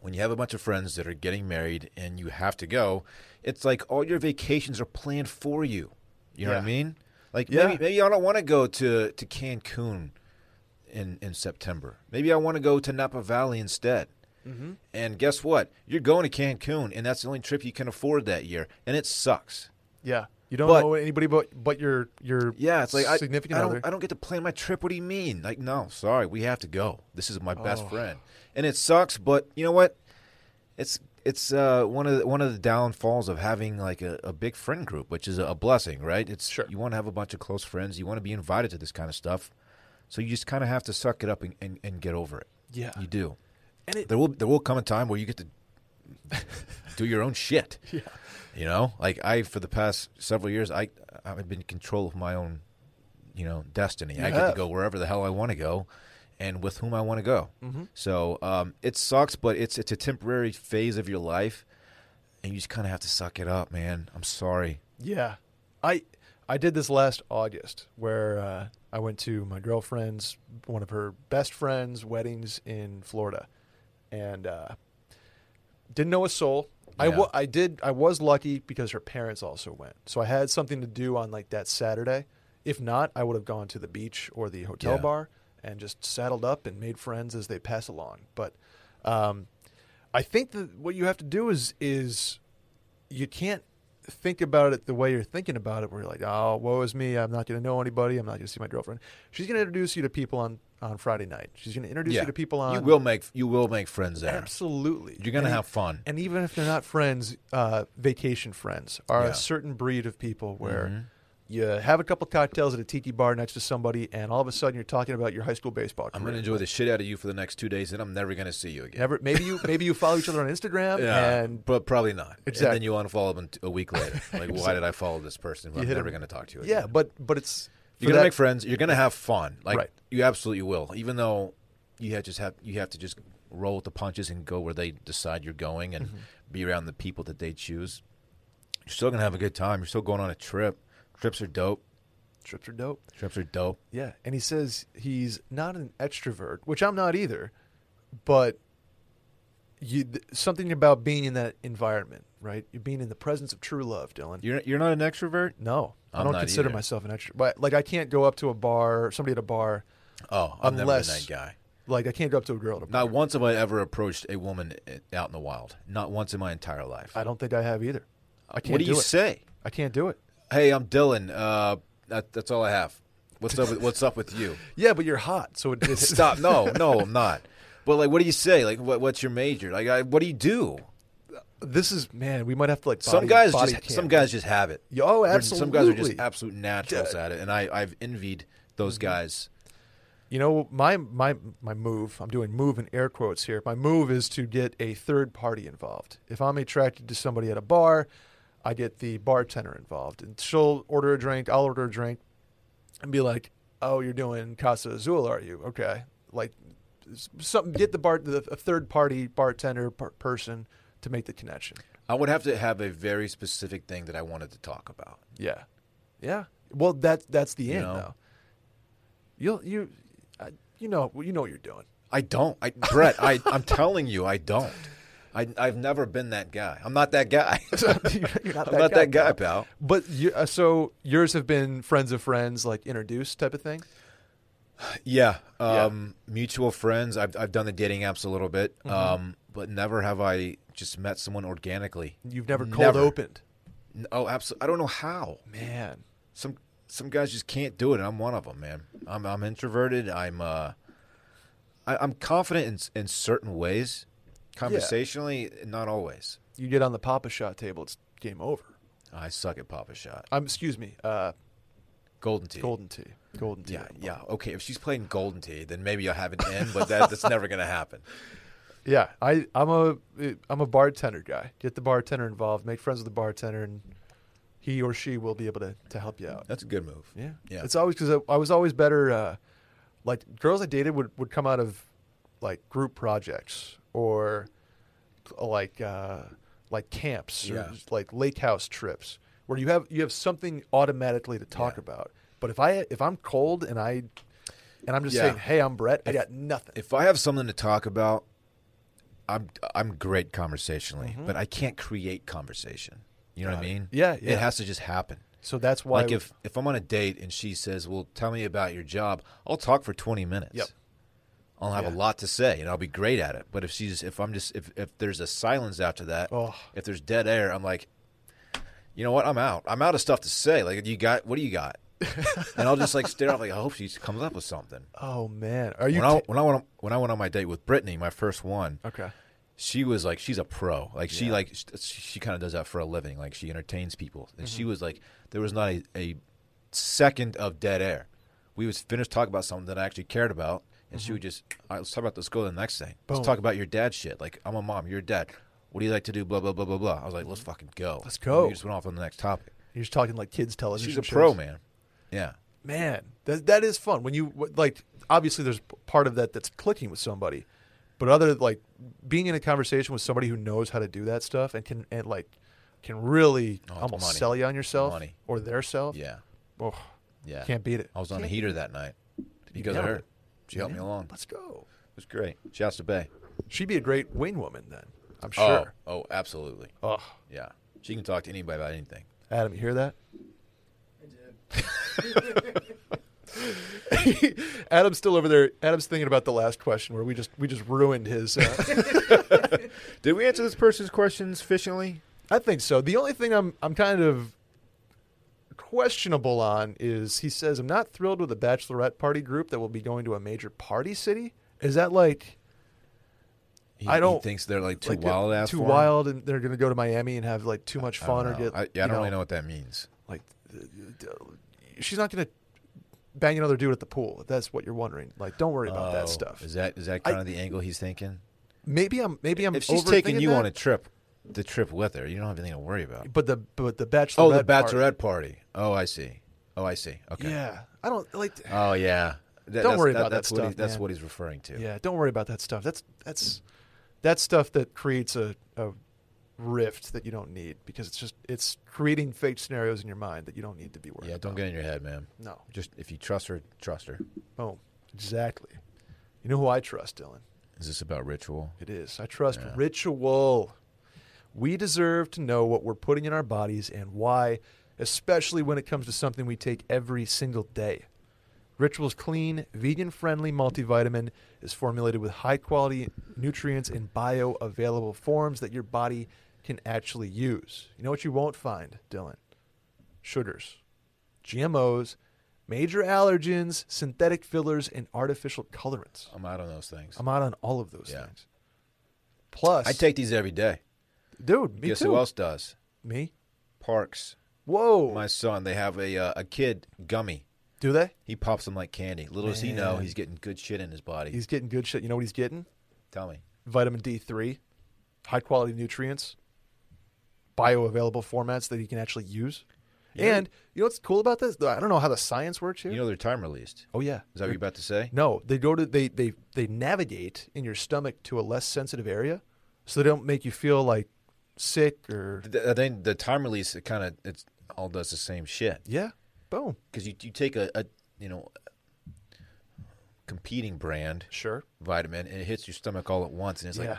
when you have a bunch of friends that are getting married and you have to go, it's like all your vacations are planned for you. You know what I
Yeah.
mean? Like
Yeah.
maybe maybe I don't want to go to to Cancun in in September. Maybe I want to go to Napa Valley instead. And guess what? You're going to Cancun, and that's the only trip you can afford that year, and it sucks.
Yeah. You don't
But-
know anybody but but your your
Yeah, it's like I-
significant
I,
other.
don't, I don't get to plan my trip. What do you mean? Like, no, sorry, we have to go. This is my
Oh.
best friend, and it sucks. But you know what? It's it's uh, one of the, one of the downfalls of having like a, a big friend group, which is a, blessing, right? It's
Sure.
you want to have a bunch of close friends. You want to be invited to this kind of stuff, so you just kind of have to suck it up and, and, and get over it.
Yeah.
you do.
And it-
there will there will come a time where you get to do your own shit. Yeah. You know, like I for the past several years, I I've been in control of my own, you know, destiny. I get
have.
to go wherever the hell I want to go, and with whom I want to go.
Mm-hmm.
So um, it sucks, but it's it's a temporary phase of your life, and you just kind of have to suck it up, man. I'm sorry.
Yeah, I I did this last August where uh, I went to my girlfriend's one of her best friends' weddings in Florida, and uh, didn't know a soul. I
Yeah.
wa- I did I was lucky because her parents also went, so I had something to do on like that Saturday. If not, I would have gone to the beach or the hotel
Yeah.
bar and just saddled up and made friends as they pass along. But um, I think that what you have to do is is you can't think about it the way you're thinking about it, where you're like, oh, woe is me. I'm not going to know anybody. I'm not going to see my girlfriend. She's going to introduce you to people on, on Friday night. She's going to introduce you to people on.
you will make you will make friends there.
Absolutely.
You're gonna
And e-
have fun.
And even if they're not friends, uh, vacation friends are
Yeah. Mm-hmm.
a certain breed of people where you have a couple cocktails at a tiki bar next to somebody, and all of a sudden you're talking about your high school baseball
I'm
career.
gonna enjoy the shit out of you for the next two days, and I'm never gonna see you again.
Never, maybe you maybe you follow each other on Instagram and
but probably not. And
Exactly.
then you unfollow them t- a week later. Like, why did I follow this person? I'm
hit
never
'em.
going to talk to you.
yeah,
again.
but but it's
you're
for
going to
that-
make friends. You're going to have fun. Like
Right.
you absolutely will. Even though you have just have you have to just roll with the punches and go where they decide you're going and
Mm-hmm.
be around the people that they choose. You're still going to have a good time. You're still going on a trip. Trips are dope.
trips are dope.
Trips are dope.
Yeah, and he says he's not an extrovert, which I'm not either, but you th- something about being in that environment, right? You're being in the presence of true love, Dylan.
You're you're not an extrovert.
no, I'm I
I'm
do not
not
consider
either.
myself an extrovert. But like, I can't go up to a bar, somebody at a bar.
Oh, I'm
Unless-
never been that guy.
Like I can't go up to a girl. At a bar.
Not once have I ever approached a woman i- out in the wild. Not once in my entire life.
I don't think I have either. I can't
what do you
it.
say?
I can't do it.
Hey, I'm Dylan. Uh, that, that's all I have. What's up? With, what's up with you?
Yeah, but you're hot, so it,
Stop. No, no, I'm not. But like, what do you say? Like, what, what's your major? Like, I, what do you do?
This is man. We might have to like
some
body-
guys
body
just
cam.
some guys just have it.
Yeah, oh,
They're- Some guys are
absolutely. Mm-hmm.
just absolute naturals at it, and I I've envied those guys.
You know, my my my move. I'm doing move in air quotes here. My move is to get a third party involved. If I'm attracted to somebody at a bar, I get the bartender involved, and she'll order a drink. I'll order a drink, and be like, "Oh, you're doing Casa Azul, are you? Okay, like s- something. Get the bar the a third party bartender per- person to make the connection.
I would have to have a very specific thing that I wanted to talk about.
Yeah, yeah. Well, that's that's the
You
end
know?
though. You'll you, I, you know you know what you're doing.
I don't. I Brett, I I'm telling you, I don't. I I've never been that guy. I'm not that guy.
you're not
I'm not that guy,
pal.
pal.
But you, uh, so yours have been friends of friends, like introduced type of thing.
Yeah.
Yeah.
Um, Mutual friends. I've I've done the dating apps a little bit, um, but never have I just met someone organically.
You've never cold
Never.
opened,
N- Oh, absolutely. I don't know how.
man.
some some guys just can't do it, and I'm one of them, man. I'm I'm introverted. I'm uh, I, I'm confident in in certain ways, conversationally, not always.
You get on the Papa Shot table, it's game over.
I suck at Papa Shot,
Um, excuse me, uh,
Golden Tea.
Golden Tea, Golden Tea.
yeah, yeah. Okay, if she's playing Golden Tea, then maybe I'll have it in, but that, that's never gonna happen.
yeah. I I'm a I'm a bartender guy. Get the bartender involved, make friends with the bartender, and he or she will be able to to help you out.
That's a good move.
Yeah.
Yeah.
It's always because I, I was always better. Uh, like girls I dated would, would come out of like group projects or like uh, like camps or
Yeah.
like lake house trips where you have you have something automatically to talk
Yeah.
about. But if I if I'm cold and I and I'm just
Yeah.
saying, hey, I'm Brett, I got nothing.
If I have something to talk about, I'm I'm great conversationally, but I can't create conversation. You know what I mean?
Mm-hmm. Yeah, yeah.
It has to just happen.
so that's why.
like if if I'm on a date and she says, "Well, tell me about your job," I'll talk for 20 minutes.
Yep.
I'll have
Yeah.
a lot to say and I'll be great at it. But if she's if I'm just if if there's a silence after that,
Oh.
if there's dead air, I'm like, you know what? I'm out. I'm out of stuff to say. Like, you got what do you got? and I'll just like stare off. Like, I hope she comes up with something.
oh man, are you
When I,
ta-
when I went on, when I went on my date with Brittany, my first one,
okay?
she was like she's a pro like she
Yeah.
like she, she kind of does that for a living like she entertains people and
Mm-hmm.
she was like there was not a, a second of dead air we was finished talking about something that i actually cared about and she would just all right let's talk about let's go to the next thing
Mm-hmm. Boom.
let's talk about your dad shit like i'm a mom you're a dad what do you like to do blah blah blah blah blah i was like let's fucking go
Let's
And
go.
we just went off on the next topic
You're just talking like kids television.
she's a
shows.
pro man yeah
man that, that is fun when you like obviously there's part of that that's clicking with somebody but other like being in a conversation with somebody who knows how to do that stuff and can and like can really
Oh, it's
almost
money.
sell you on yourself
Money.
or their self
yeah
oh,
yeah
can't beat it
i was on the
Can't-
heater that night because of
nailed
her
it.
she helped me
Man,
along it
let's go
was great shouts to bay
she'd be a great wing woman then i'm sure
oh, oh absolutely
oh,
Yeah. She can talk to anybody about anything.
adam you hear that
I did.
adam's still over there adam's thinking about the last question where we just we just ruined his uh,
Did we answer this person's questions efficiently?
I think so. The only thing I'm I'm kind of questionable on is he says I'm not thrilled with the bachelorette party group that will be going to a major party city. Is that like
He,
I don't-
he thinks they're like too
like
wild
they're
ass.
too
for him?
wild and they're going to go to Miami and have like too much
I don't
fun or
know.
get
I, yeah, I
you
don't really know what that means.
like th- th- she's not going to bang another dude at the pool. If that's what you're wondering. Like don't worry about
Oh,
that stuff.
Is that is that
I-
kind of the angle he's thinking?
maybe I'm maybe I'm
if she's
overthinking
taking you
that,
on a trip, the trip with her, you don't have anything to worry about.
but the but the bachelorette
Oh, the
party-
bachelorette party. Oh, I see. Oh, I see. Okay.
Yeah. I don't like
Oh, yeah. That-
Don't
that's-
worry about that
that's what he-
stuff,
That's
man.
what he's referring to.
Yeah, don't worry about that stuff. That's that's that's stuff that creates a, a rift that you don't need because it's just it's creating fake scenarios in your mind that you don't need to be worried
Yeah.
about.
Don't get in your head, man.
No.
Just if you trust her, trust her.
Oh, exactly. You know who I trust, Dylan?
Is this about ritual?
It is. I trust
Yeah.
ritual. We deserve to know what we're putting in our bodies and why, especially when it comes to something we take every single day. Ritual's clean, vegan friendly multivitamin is formulated with high quality nutrients in bioavailable forms that your body can actually use. You know what you won't find, Dylan? Sugars, GMOs, major allergens, synthetic fillers, and artificial colorants.
I'm out on those things.
I'm out on all of those
Yeah.
things. Plus,
I take these every day.
dude, me
Guess
too.
who else does?
Me?
Parks.
Whoa.
My son. They have a uh, a kid gummy.
Do they?
He pops them like candy. Little does he know,
Man.
he's getting good shit in his body.
He's getting good shit. You know what he's getting?
Tell me.
Vitamin D3, high quality nutrients, bioavailable formats that he can actually use.
Yeah.
And you know what's cool about this? I don't know how the science works here.
You know they're time released.
oh yeah.
Is that what you're about to say?
No, they go to they they they navigate in your stomach to a less sensitive area, so they don't make you feel like sick or
Th- I think the time release it kind of it's all does the same shit.
yeah. Boom.
because you, you take a, a you know competing brand
Sure.
vitamin and it hits your stomach all at once and it's
yeah.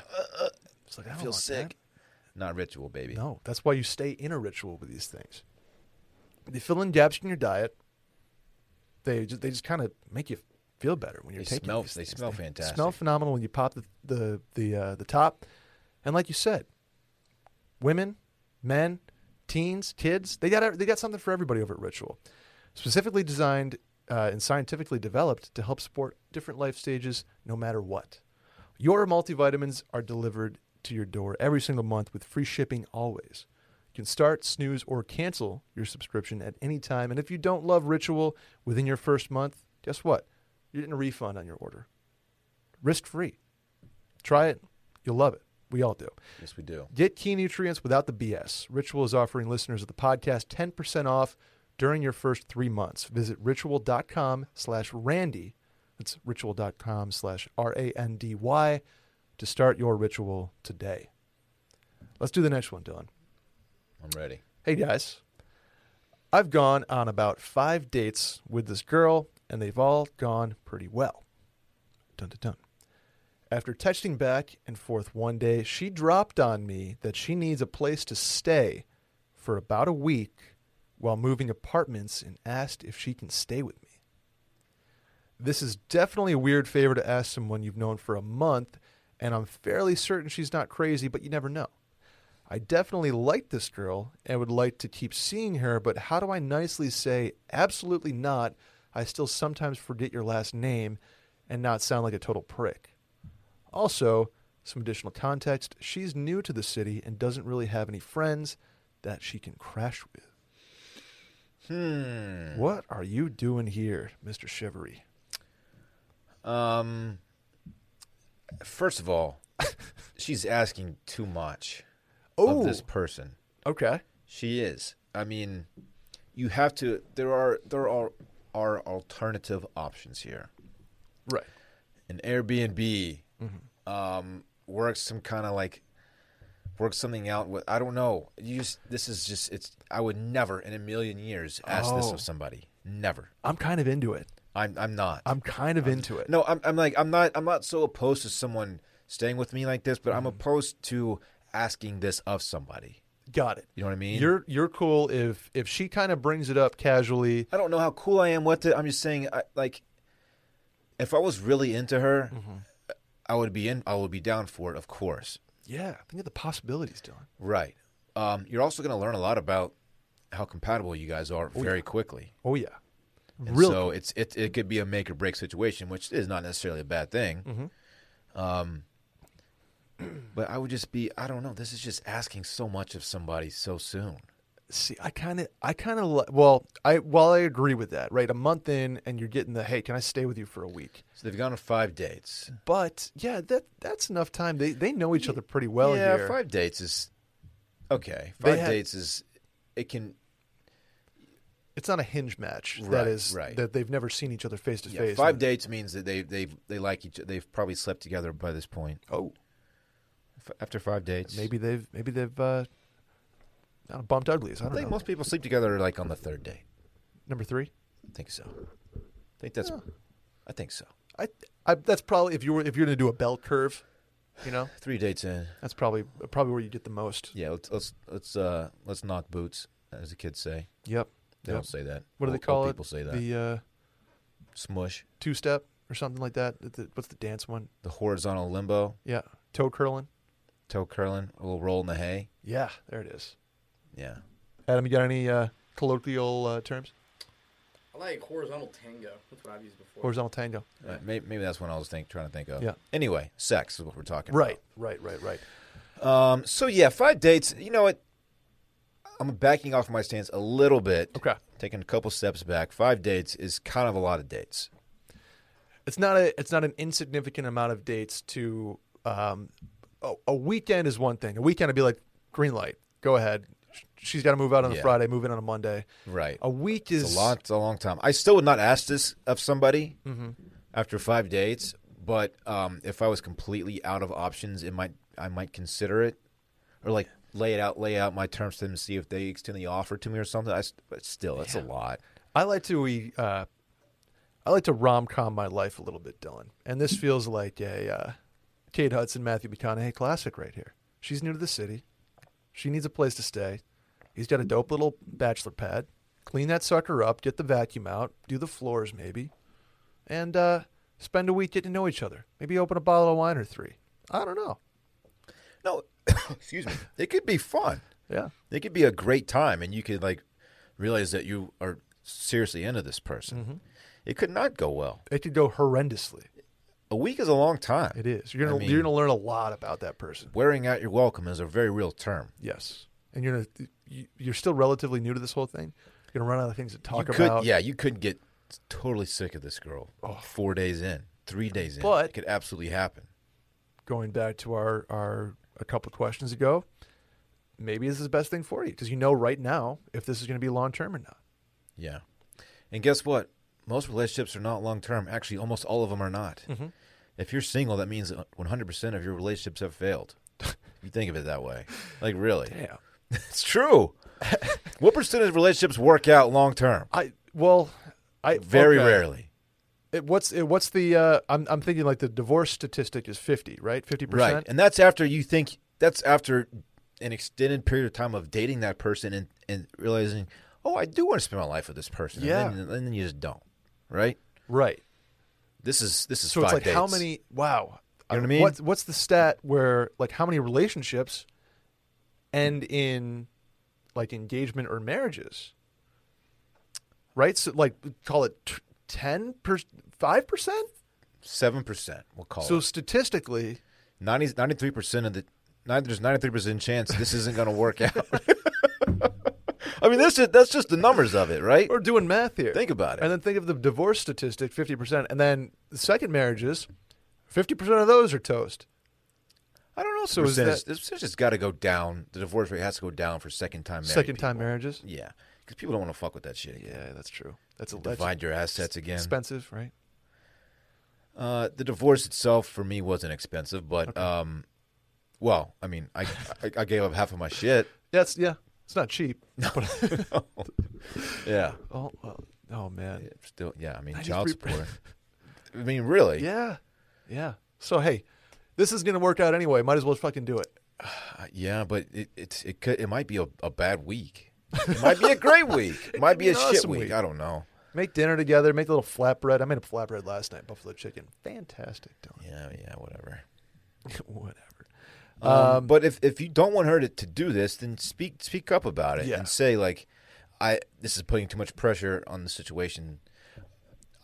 like
it's like I
I
don't
feel
want
sick.
that.
Not ritual, baby.
No, that's why you stay in a ritual with these things. They fill in gaps in your diet. They just, they just kind of make you feel better when you're
They
taking
smell-
these
they
things.
smell fantastic.
Smell phenomenal when you pop the the the, uh, the top, and like you said, women, men, teens, kids they got they got something for everybody over at Ritual, specifically designed uh, and scientifically developed to help support different life stages, no matter what. Your multivitamins are delivered to your door every single month with free shipping always. You can start, snooze, or cancel your subscription at any time. And if you don't love Ritual within your first month, guess what? You're getting a refund on your order. Risk free. Try it. You'll love it. We all do.
Yes, we do.
Get key nutrients without the BS. Ritual is offering listeners of the podcast 10% off during your first three months. Visit ritual.com slash Randy. That's ritual.com slash R A N D Y to start your ritual today. Let's do the next one, Dylan.
I'm ready.
Hey guys, I've gone on about five dates with this girl, and they've all gone pretty well. Dun dun dun. After texting back and forth one day, she dropped on me that she needs a place to stay for about a week while moving apartments and asked if she can stay with me. This is definitely a weird favor to ask someone you've known for a month, and I'm fairly certain she's not crazy, but you never know. I definitely like this girl and would like to keep seeing her, but how do I nicely say, absolutely not? I still sometimes forget your last name and not sound like a total prick. Also, some additional context she's new to the city and doesn't really have any friends that she can crash with.
Hmm.
What are you doing here, Mr. Shivery?
Um. First of all, she's asking too much of this person.
okay.
She is. I mean, you have to. There are there are are alternative options here.
Right.
an Airbnb, um, work some kind of like work something out with. I don't know. You just this is just it's. I would never in a million years ask this
Oh.
of somebody. Never.
I'm kind of into it.
I'm I'm not.
I'm kind of into it.
no, I'm I'm like I'm not I'm not so opposed to someone staying with me like this, but
Mm-hmm.
I'm opposed to asking this of somebody.
Got it.
You know what I mean?
You're you're cool if if she kind of brings it up casually.
I don't know how cool I am with it. I'm just saying, I, like, if I was really into her,
Mm-hmm.
I would be in. I would be down for it, of course.
Yeah, think of the possibilities, Dylan.
Right. Um, you're also going to learn a lot about how compatible you guys are very quickly.
Oh yeah,
And
really?
So it's it, it could be a make or break situation, which is not necessarily a bad thing.
Mm-hmm.
Um, but I would just be I don't know. This is just asking so much of somebody so soon.
See, I kind of, I kind of, li- well, I while I agree with that, right? A month in, and you're getting the hey, can I stay with you for a week?
So they've gone on five dates.
But yeah, that that's enough time. They they know each other pretty well
yeah,
here.
five dates is okay.
They
Five
had-
dates is it can
It's not a hinge match. that
Right,
is
right.
that they've never seen each other face to
yeah,
face.
five
and-
dates means that they they they like each they've probably slept together by this point.
Oh,
F- after five dates,
maybe they've maybe they've uh, I don't know, bumped uglies. I
I
don't
think
know.
most people sleep together like on the third date.
Number three.
I think so. I think that's. I think so.
I, I that's probably if you were if you're gonna do a bell curve, you know,
Three dates in.
that's probably probably where you get the most.
Yeah, let's let's let's uh let's knock boots, as the kids say.
Yep.
They
Yep.
don't say that.
What do they
Old-
call
old
it?
People say that.
The uh,
Smush.
two step or something like that. Th- th- What's the dance one?
The horizontal limbo,
Yeah, toe curling.
toe curling, a little roll in the hay.
Yeah, there it is.
Yeah.
Adam, you got any uh, colloquial uh, terms?
I like horizontal tango. That's what I've used before.
Horizontal tango.
Uh, may- Maybe, that's what I was think, trying to think of.
Yeah.
Anyway, sex is what we're talking
Right, right, right, right.
about. Um, so, yeah, five dates. You know what? I'm backing off my stance a little bit.
Okay.
Taking a couple steps back. Five dates is kind of a lot of dates.
It's not a. It's not an insignificant amount of dates to. Um, a, a weekend is one thing. A weekend would be like green light. Go ahead. Sh- She's got to move out on a
Yeah.
Friday. Move in on a Monday.
Right.
A week is
It's a long, it's a long time. I still would not ask this of somebody
Mm-hmm.
after five dates, but um, if I was completely out of options, it might I might consider it, or like lay it out, lay out my terms to them, see if they extend the offer to me or something. I s but still, that's a lot.
I like to uh, I like to rom com my life a little bit, Dylan. And this feels like a uh, Kate Hudson, Matthew McConaughey classic right here. She's new to the city. She needs a place to stay. He's got a dope little bachelor pad. Clean that sucker up. Get the vacuum out. Do the floors maybe, and uh, spend a week getting to know each other. Maybe open a bottle of wine or three. I don't know.
No, excuse me. It could be fun.
Yeah.
It could be a great time, and you could like realize that you are seriously into this person.
Mm-hmm.
It could not go well.
It could go horrendously.
A week is a long time.
It is. You're gonna
I mean-
you're gonna learn a lot about that person.
Wearing out your welcome is a very real term.
Yes, and you're gonna, you- you're still relatively new to this whole thing. You're gonna run out of things to talk
you
about. Oh.
Could, yeah, you could get totally sick of this girl. Four days in, three days in,
But-
it could absolutely happen.
Going back to our our a couple of questions ago, maybe this is the best thing for you because you know right now if this is gonna be long term or not.
Yeah, and guess what? Most relationships are not long term. Actually, almost all of them are not.
Mm-hmm.
If you're single, that means 100 percent of your relationships have failed. if you think of it that way, like really,
Yeah,
it's true. what percentage of relationships work out long term?
I well, I
Very
okay.
rarely.
It, what's it, what's the uh, I'm I'm thinking like the divorce statistic is fifty, right? Fifty
Right.
percent.
And that's after you think that's after an extended period of time of dating that person and, and realizing, oh, I do want to spend my life with this person.
Yeah.
And then, and then you just don't. Right?
Right.
This is this is
So
five
it's like how
dates.
many? Wow.
You know what I mean?
What's, what's the stat where like how many relationships end in like engagement or marriages? Right. So like call it ten per five percent.
seven percent. We'll call
So
it
statistically,
93 percent of the. nine- There's ninety three percent chance this isn't going to work out. I mean, that's just, that's just the numbers of it, right?
we're doing math here.
Think about it.
And then think of the divorce statistic, fifty percent, and then the second marriages, fifty percent of those are toast.
I don't know.
So
So
is
percentage,
that-
this percentage has got to go down. The divorce rate has to go down for second time. married
second time
people.
marriages.
Yeah, because people don't want to fuck with that shit. Again.
Yeah, that's true. That's a that's
Divide your assets again.
expensive, right?
Uh, the divorce itself for me wasn't expensive, but um, well, I mean, I, I I gave up half of my shit.
That's yeah. It's not cheap. But
Yeah,
Oh, well, oh man.
still, yeah. I mean, child
93%
support. I mean, really?
Yeah. Yeah. So hey, this is gonna work out anyway. Might as well fucking do it.
Uh, yeah. But it it's it could it might be a, a bad week. It might be a great week. It might
could
be
be
a
an
shit
awesome
week.
week.
I don't know.
Make dinner together. Make a little flatbread. I made a flatbread last night, buffalo chicken. Fantastic, Dylan.
Yeah, yeah, whatever.
Whatever.
Um, but if if you don't want her to, to do this, then speak speak up about it
Yeah.
and say like, I this is putting too much pressure on the situation.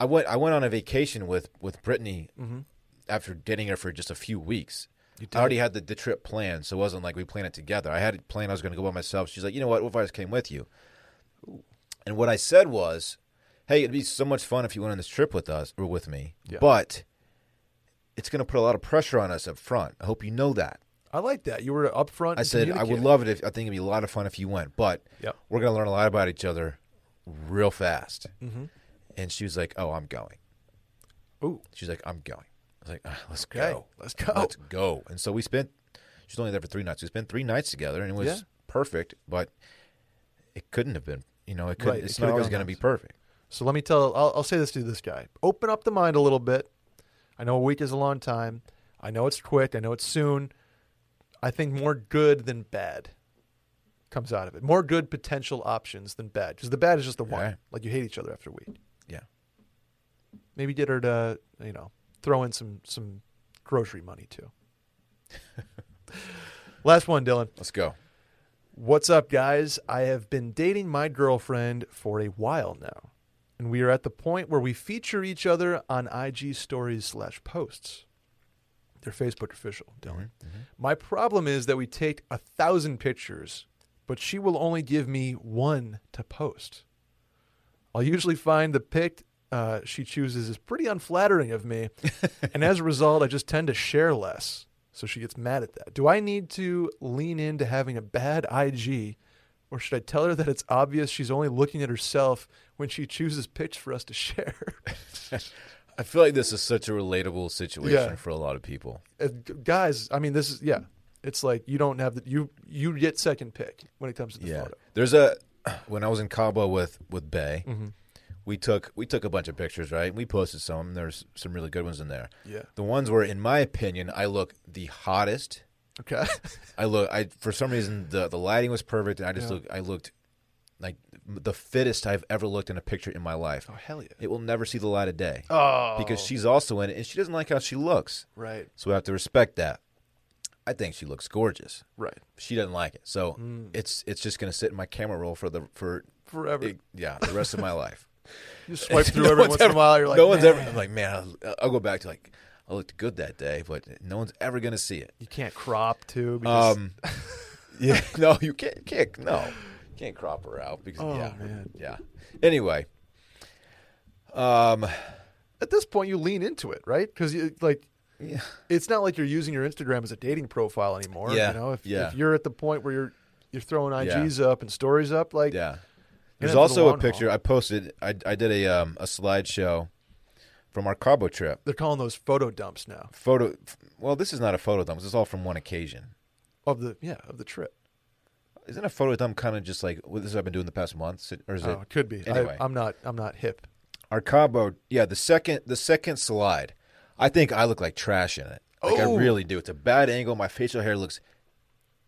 I went I went on a vacation with with Brittany
Mm-hmm.
after dating her for just a few weeks. I already had the, the trip planned, so it wasn't like we planned it together. I had it planned. I was going to go by myself. She's like, you know what? What if I just came with you? And what I said was, hey, it'd be so much fun if you went on this trip with us or with me,
Yeah.
but it's going to put a lot of pressure on us up front. I hope you know that.
I like that. You were upfront.
I
and
said I would
communicative.
love it if I think it'd be a lot of fun if you went, but
Yep.
we're gonna learn a lot about each other real fast. Mm-hmm. And she was like, "Oh, I'm going."
Ooh.
She's like, "I'm going." I was like, "Ah, "Let's
Okay,
go,
let's go."
let's go." And so we spent. She's only there for three nights. We spent three nights together, and it was
Yeah.
perfect. But it couldn't have been. You know, it could.
Right, it
It's
could've
not always
gone
gonna be
nuts.
perfect.
So let me tell. I'll, I'll say this to this guy. Open up the mind a little bit. I know a week is a long time. I know it's quick. I know it's soon. I think more good than bad comes out of it. More good potential options than bad. Because the bad is just the one.
Yeah.
Like you hate each other after a week.
Yeah.
Maybe get her to, you know, throw in some some grocery money too. Last one, Dylan.
Let's go.
What's up, guys? I have been dating my girlfriend for a while now, and we are at the point where we feature each other on IG stories slash posts. They're Facebook official, Dylan. My problem is that we take a thousand pictures, but she will only give me one to post. I'll usually find the pic uh, she chooses is pretty unflattering of me, and as a result, I just tend to share less. So she gets mad at that. Do I need to lean into having a bad IG, or should I tell her that it's obvious she's only looking at herself when she chooses pics for us to share?
I feel like this is such a relatable situation
Yeah.
for a lot of people.
Uh, g- guys, I mean, this is yeah. It's like you don't have the you you get second pick when it comes to the
Yeah.
photo.
There's a when I was in Cabo with with Bay,
Mm-hmm.
we took we took a bunch of pictures, right? We posted some. There's some really good ones in there.
Yeah.
The ones where in my opinion I look the hottest.
Okay.
I look I for some reason the the lighting was perfect and I just
Yeah.
look I looked like the fittest I've ever looked in a picture in my life.
oh hell yeah.
It will never see the light of day
Oh.
because she's also in it and she doesn't like how she looks.
Right.
So we have to respect that. I think she looks gorgeous.
Right.
She doesn't like it. So
Mm.
it's it's just going to sit in my camera roll for the for
Forever.
it- yeah, the rest of my life.
you swipe through
No
every
one's
once in a
ever-
while. You're like,
no one's
"Man,
ever. I'm like, man, I'll, I'll go back to like, I looked good that day, but no one's ever gonna see it.
You can't crop too. Because,
Um, yeah, no, you can't, can't, no, you can't crop her out because
Oh,
yeah,
man.
yeah. Anyway, um,
at this point, you lean into it, right? Because you like.
yeah,
It's not like you're using your Instagram as a dating profile anymore.
Yeah,
You know, if,
yeah.
if you're at the point where you're you're throwing
Yeah.
IGs up and stories up, like
yeah. There's
for the
also a
long
picture
haul.
I posted. I I did a um a slideshow from our Cabo trip.
they're calling those photo dumps now
Photo. Well, this is not a photo dump. This is all from one occasion.
of the yeah of the trip.
Isn't a photo dump kind of just like what this is I've been doing the past month, or is
Oh,
it
it could be.
Anyway.
I, I'm not. I'm not hip.
Our Cabo, yeah, the second the second slide. I think I look like trash in it. Like
Oh.
I really do. It's a bad angle. My facial hair looks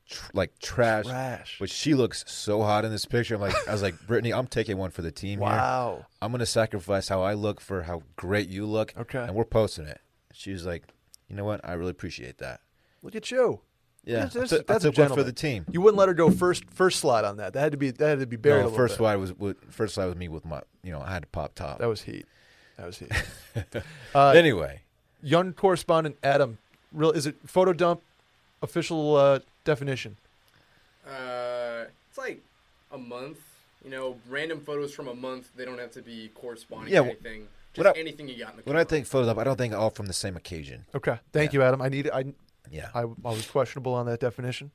tr- like trash.
Trash.
But she looks so hot in this picture. I'm like, I was like, Brittany, I'm taking one for the team here.
Wow.
I'm gonna sacrifice how I look for how great you look.
Okay.
And we're posting it. She was like, you know what? I really appreciate that.
Look at you.
Yeah,
That's- that's-
I took- I
that's a
took one for
gentleman.
the team.
You wouldn't let her go first first slot on that. That had to be that had to be buried.
No,
a little
first
bit.
slide was with, first slide was me with my, you know, I had to pop top.
That was heat. That was heat. uh,
anyway,
Young correspondent Adam, real is it photo dump? Official uh, definition.
Uh, it's like a month. You know, random photos from a month. They don't have to be corresponding
Yeah,
to
wh-
anything.
what
Just
I-
anything you got in the
when I
camera.
think photos up, I don't think all from the same occasion.
Okay, thank you, Adam. I need I,
Yeah.
I I was questionable on that definition.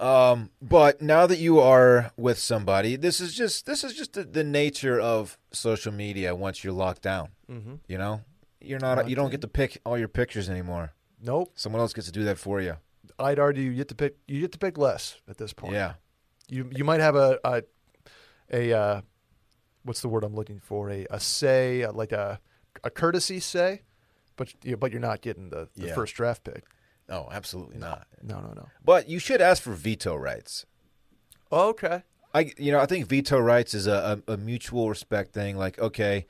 Um, but now that you are with somebody, this is just this is just the, the nature of social media. Once you're locked down, mm-hmm. you know, you're not you don't get to pick all your pictures anymore.
Nope,
Someone else gets to do that for you.
I'd argue you get to pick you get to pick less at this point.
Yeah,
you you might have a a, a uh, what's the word I'm looking for a, a say uh like a a courtesy say, but you but you're not getting the, the
Yeah.
first draft pick.
no,
Oh,
absolutely not.
No, no, no.
But you should ask for veto rights.
Okay.
I you know I think veto rights is a, a, a mutual respect thing. Like okay,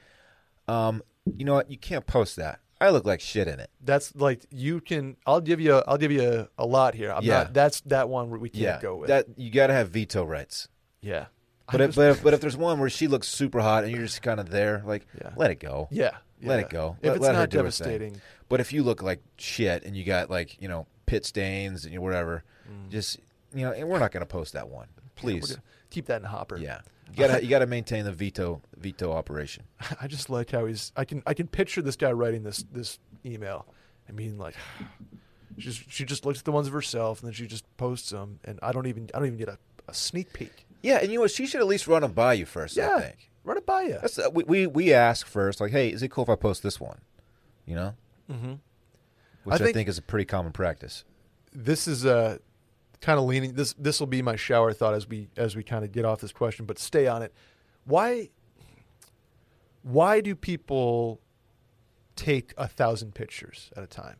um, you know what, you can't post that. I look like shit in it.
That's like you can. I'll give you. A, I'll give you a, a lot here. I'm
Yeah.
not, that's that one we can't
Yeah,
go with.
that you got to have veto rights.
yeah.
But if, but, if, but if there's one where she looks super hot and you're just kind of there, like,
Yeah.
let it go.
yeah.
Let
yeah.
it go.
If
Let-
it's
let her
not
do her thing.
devastating,
But if you look like shit and you got, like, you know, pit stains and whatever, just, you know, and we're not going to post that one.
Mm. we're
Please.
gonna keep that in the hopper.
Yeah. You got to you gotta maintain the veto veto operation.
I just like how he's. I can I can picture this guy writing this this email. I mean, like, she's she just looks at the ones of herself and then she just posts them, and I don't even I don't even get a, a sneak peek.
Yeah. And you know what? She should at least run them by you first, I
Yeah,
think.
run it by you.
That's, uh, we, we, we ask first, like, hey, is it cool if I post this one? You know? Mm-hmm. Which I
think-
think, is a pretty common practice.
This is uh, kind of leaning. This this will be my shower thought as we as we kind of get off this question, but stay on it. Why why do people take a thousand pictures at a time?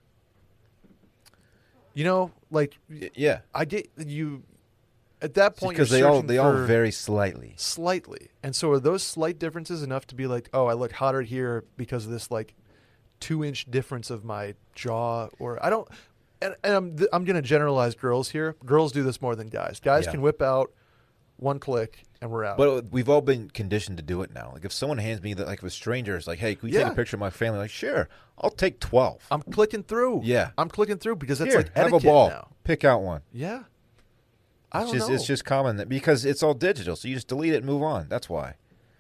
You know, like
Y- yeah.
I get you. at that point
because
you're
they all
searching
they all
for
vary slightly.
slightly. And so are those slight differences enough to be like, oh, I look hotter here because of this like two inch difference of my jaw? Or I don't. And, and I'm th- I'm gonna generalize girls here. Girls do this more than guys. Guys
Yeah.
can whip out one click and we're out.
But uh, we've all been conditioned to do it now. Like if someone hands me the, like if a stranger is like, "Hey, can we
Yeah.
take a picture of my family?" Like, sure, I'll take twelve.
I'm clicking through.
Yeah.
I'm clicking through because that's
Here,
like
have
etiquette
a ball.
now.
Pick out one.
Yeah. I
it's
don't
just
know.
it's just common that because it's all digital, so you just delete it and move on. That's why.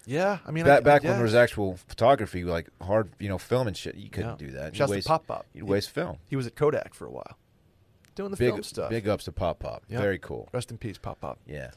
yeah. I mean, I-
Back,
I
back when there was
guess.
actual photography, like hard, you know, film and shit, you couldn't
Yeah.
do that. You'd
Shouts to
waste-
Pop Pop.
You'd waste film.
he was at Kodak for a while, doing the film
Big
stuff.
big ups to Pop Pop.
Yeah.
Very cool.
Rest in peace, Pop Pop.
Yeah.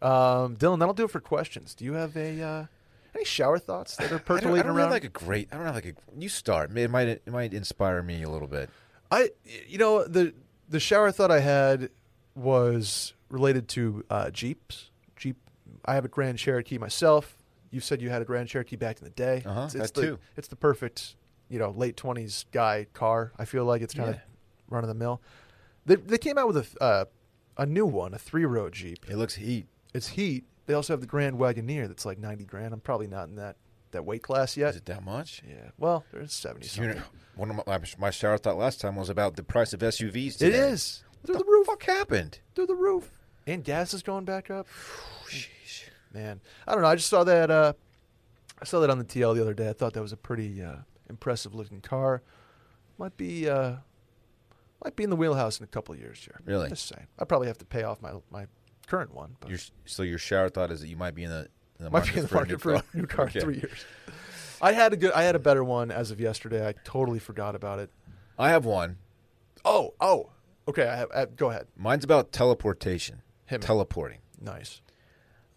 Um, Dylan, that'll do it for questions. Do you have a uh, any shower thoughts that are
I don't, I
percolating
don't
around?
have like a great. I don't have like a. You start. It might it might inspire me a little bit.
I, you know, the the shower thought I had was related to uh, Jeeps. Jeep. I have a Grand Cherokee myself. You said you had a Grand Cherokee back in the day.
Uh-huh,
it's
that
the,
too.
It's the perfect, you know, late twenties guy car. I feel like it's kind
Yeah.
of run of the mill. They they came out with a uh, a new one, a three row Jeep.
It looks heat.
It's heat. They also have the Grand Wagoneer that's like ninety grand. I'm probably not in that that weight class yet.
Is it that much?
Yeah. Well, there's 70
You
something.
know, one of my, my shower thought last time was about the price of SUVs.
It
Today.
is. Through
What
the
the,
roof.
fuck happened?
Through the roof. And gas is going back up. Man. I don't know. I just saw that uh I saw that on the TL the other day. I thought that was a pretty uh, impressive looking car. Might be uh might be in the wheelhouse in a couple of years here.
Really?
Just saying. I probably have to pay off my my current one, but
Your, so your shower thought is that you might be in the, in the
might
market
be in the
for
market for a new car
Okay.
in three years. I had a good I had a better one as of yesterday. I totally forgot about it.
I have one.
Oh, oh. Okay, I have, I go ahead.
Mine's about teleportation,
Hit me.
teleporting,
Nice.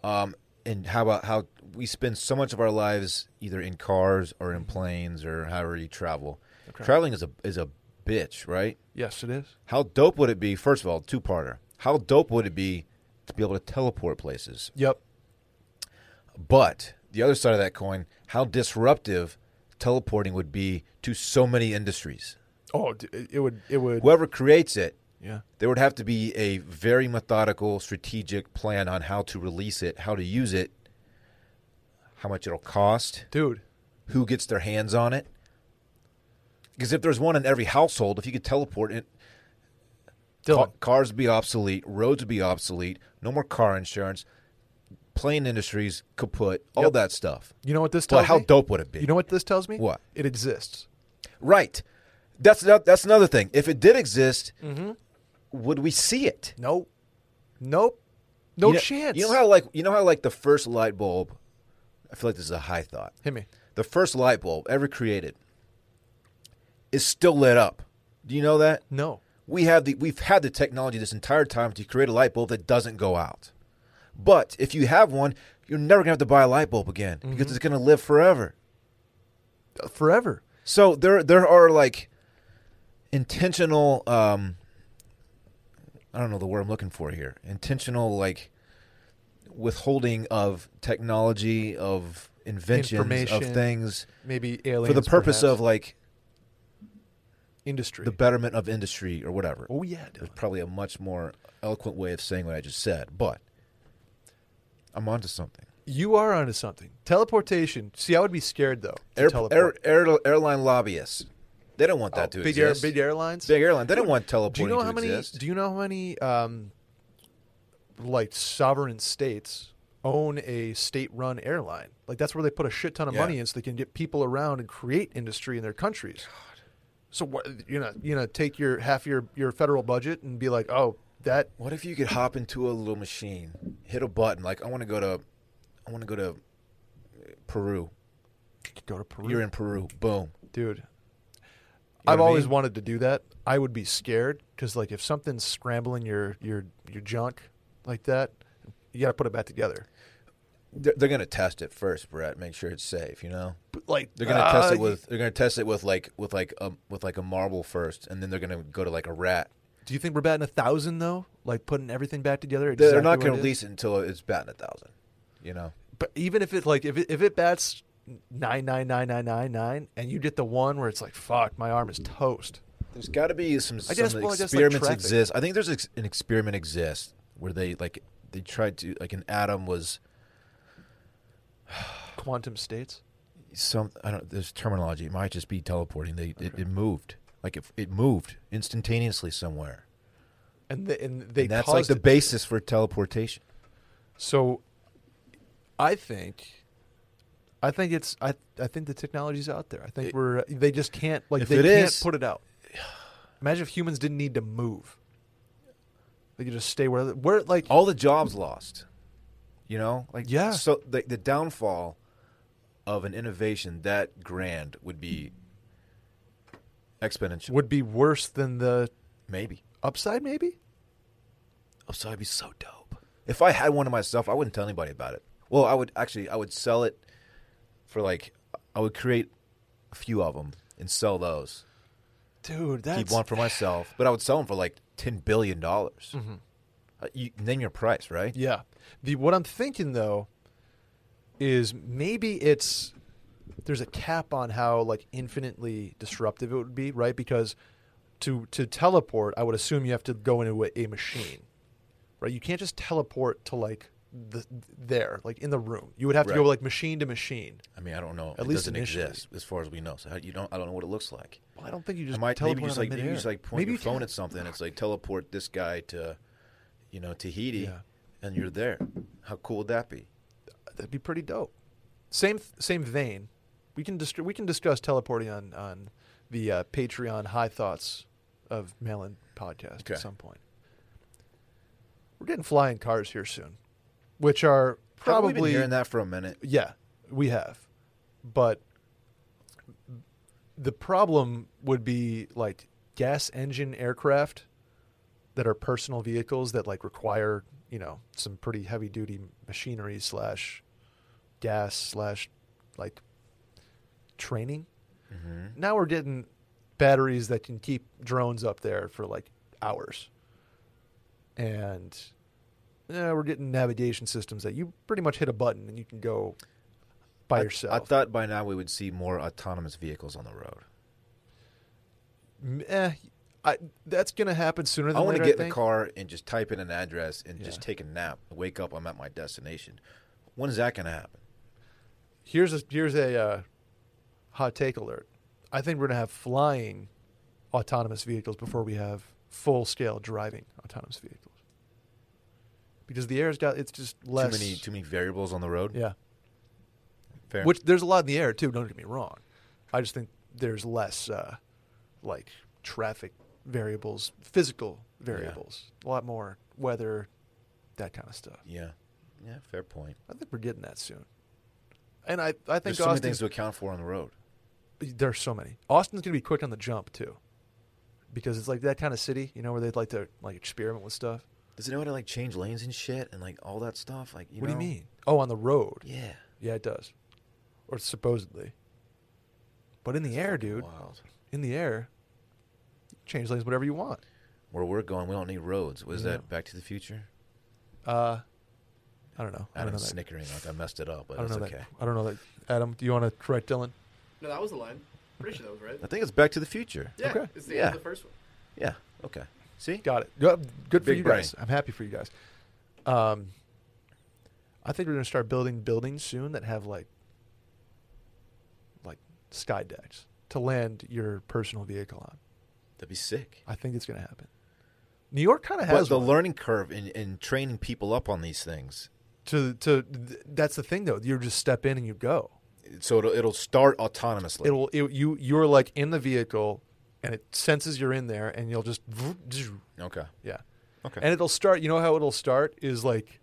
um, and how about how we spend so much of our lives either in cars or in planes or however you travel.
Okay.
Traveling is a is a bitch, right?
Yes, it is.
How dope would it be? First of all, two parter. How dope would it be to be able to teleport places?
Yep.
But the other side of that coin, how disruptive teleporting would be to so many industries.
Oh, d- it it would. It would.
Whoever creates it,
yeah.
there would have to be a very methodical, strategic plan on how to release it, how to use it, how much it'll cost,
Dude.
who gets their hands on it. Because if there's one in every household, if you could teleport it,
Dylan.
Ca- cars would be obsolete, roads would be obsolete, no more car insurance, plane industries kaput, all
Yep.
that stuff.
You know what this tells
But how
me?
dope would it be?
You know what this tells me?
What?
It exists.
Right. That's no- that's another thing. If it did exist,
Mm-hmm.
would we see it?
No. Nope. No
You know-
chance.
You know how like you know how like the first light bulb. I feel like this is a high thought.
Hit me.
The first light bulb ever created is still lit up. Do you know that?
No.
We have the we've had the technology this entire time to create a light bulb that doesn't go out. But if you have one, you're never gonna have to buy a light bulb again
Mm-hmm.
because it's gonna live forever.
Uh, Forever.
So there there are like intentional um I don't know the word I'm looking for here. Intentional like withholding of technology of inventions of
Information,
things
Maybe aliens.
for the purpose
perhaps.
of like
industry.
the betterment of industry or whatever.
oh yeah. Dylan.
There's probably a much more eloquent way of saying what I just said, but I'm onto something.
You are onto something. Teleportation. See, I would be scared though. to
Air, air,
teleport. Oh,
air, airline lobbyists. They don't want that to
big air,
exist.
big airlines.
Big airline. They don't want
do you
teleporting
know
to
how many?
exist.
Do you know how many? Um, like sovereign states own a state-run airline. Like that's where they put a shit ton of
Yeah.
money in, so they can get people around and create industry in their countries. So what you know, you know, take your half your your federal budget and be like, oh, that
What if you could hop into a little machine, hit a button, like I want to go to, I want to go to uh, Peru.
could go to Peru,
You're in Peru. Boom.
dude.
know
I've
what I
always
mean?
wanted to do that. I would be scared because like if something's scrambling your your your junk like that, you got to put it back together.
They're, they're gonna test it first, Brett. Make sure it's safe. You know,
But like
they're gonna
uh,
test it
y-
with they're gonna test it with like with like a with like a marble first, and then they're gonna go to like a rat.
Do you think we're batting a thousand though? Like putting everything back together.
They're
exactly
not
what
gonna
it is?
release it until it's batting a thousand. You know,
But even if it like if it, if it bats nine nine nine nine nine nine, and you get the one where it's like fuck, my arm is toast.
there's got to be some,
I guess-
some
well, I guess, like,
experiments
traffic.
exist. I think there's ex- an experiment exists where they like they tried to like an atom was
Quantum states.
some I don't there's terminology. It might just be teleporting. They it, it moved like it, it moved instantaneously somewhere.
And, the, and they
and that's like
caused
the
it.
basis for teleportation.
So I think I think it's I I think the technology's out there. I think
It-
we're they just can't like
If
they
it
can't
is-
put it out. Imagine if humans didn't need to move. They could just stay where where like
All the jobs lost. You know, like
Yeah.
So the, the downfall of an innovation that grand would be exponential.
would be worse than the
Maybe.
upside maybe?
Oh, so I'd be so dope. If I had one of myself, I wouldn't tell anybody about it. Well, I would actually. I would sell it for like. I would create a few of them and sell those.
Dude, that's
Keep one for myself, but I would sell them for like ten billion dollars. Uh, you name your price, right?
Mm-hmm. Yeah. The what I'm thinking though is maybe it's there's a cap on how like infinitely disruptive it would be, right? Because to to teleport, I would assume you have to go into a, a machine. Right? You can't just teleport to like the, there, like in the room. You would have to go
Right.
like machine to machine.
I mean, I don't know.
At
it
least
doesn't
initially.
exist as far as we know. So how, you don't. I don't know what it looks like.
Well, I don't think you just
I might, maybe
teleport
you
out of
just like maybe you
midair.
just like point
Maybe
your
you
phone
can.
at something. It's like teleport this guy to, you know, Tahiti,
Yeah.
and you're there. How cool would that be?
That'd be pretty dope. Same same vein. We can dis- we can discuss teleporting on on the uh, Patreon High Thoughts of Melon podcast
Okay.
at some point. We're getting flying cars here soon, which are
Haven't we
probably
been hearing that for a minute.
yeah, we have. But the problem would be like gas engine aircraft that are personal vehicles that like require, you know, some pretty heavy duty machinery slash gas slash like training.
Mm-hmm.
Now we're getting batteries that can keep drones up there for like hours. And yeah, we're getting navigation systems that you pretty much hit a button and you can go by
I- I
yourself.
thought by now we would see more autonomous vehicles on the road.
M- eh, I, that's going to happen sooner than
I want
later.
to get in
think.
the car and just type in an address and
Yeah.
just take a nap. Wake up, I'm at my destination. When is that going to happen?
Here's a here's a uh, hot take alert. I think we're going to have flying autonomous vehicles before we have full scale driving autonomous vehicles. Because the air's got it's just less.
Too many, too many variables on the road.
yeah.
Fair.
Which there's a lot in the air too. Don't get me wrong. I just think there's less uh, like traffic variables, physical variables, a lot more weather, that kind of stuff.
yeah, yeah. Fair point.
I think we're getting that soon. And I, I think
There's so many
Austin,
things to account for on the road.
there's so many. Austin's gonna be quick on the jump too, because it's like that kind of city, you know, where they'd like to like experiment with stuff.
Does it know how to like change lanes and shit and like all that stuff? Like, you
what
know?
do you mean? Oh, on the road.
Yeah,
Yeah, it does, or supposedly. But in the air, dude.
wild.
In the air, change lanes whatever you want.
Where we're going, we don't need roads. Was
Yeah.
that Back to the Future?
Uh, I don't know. I don't know
Adam's
that.
snickering like I messed it up, but
I don't
that's
know
okay.
that. I don't know that. Adam, do you want to correct Dylan?
No, that was the line. Pretty sure that was right.
I think it's Back to the Future.
Yeah,
Okay.
it's the,
Yeah.
the first one.
Yeah. Okay. See,
Got it. Good, good for
Big
you guys.
brain.
I'm happy for you guys. Um, I think we're gonna start building buildings soon that have like, like sky decks to land your personal vehicle on.
that'd be sick.
I think it's gonna happen. New York kind of
But
has
the
one.
learning curve in, in training people up on these things.
to to. th- That's the thing though. You just step in and you go.
So it'll, it'll start autonomously.
It'll it, you you're like in the vehicle, and it senses you're in there, and you'll just vroom, zzz,
okay.
yeah.
Okay.
And it'll start, you know how it'll start is like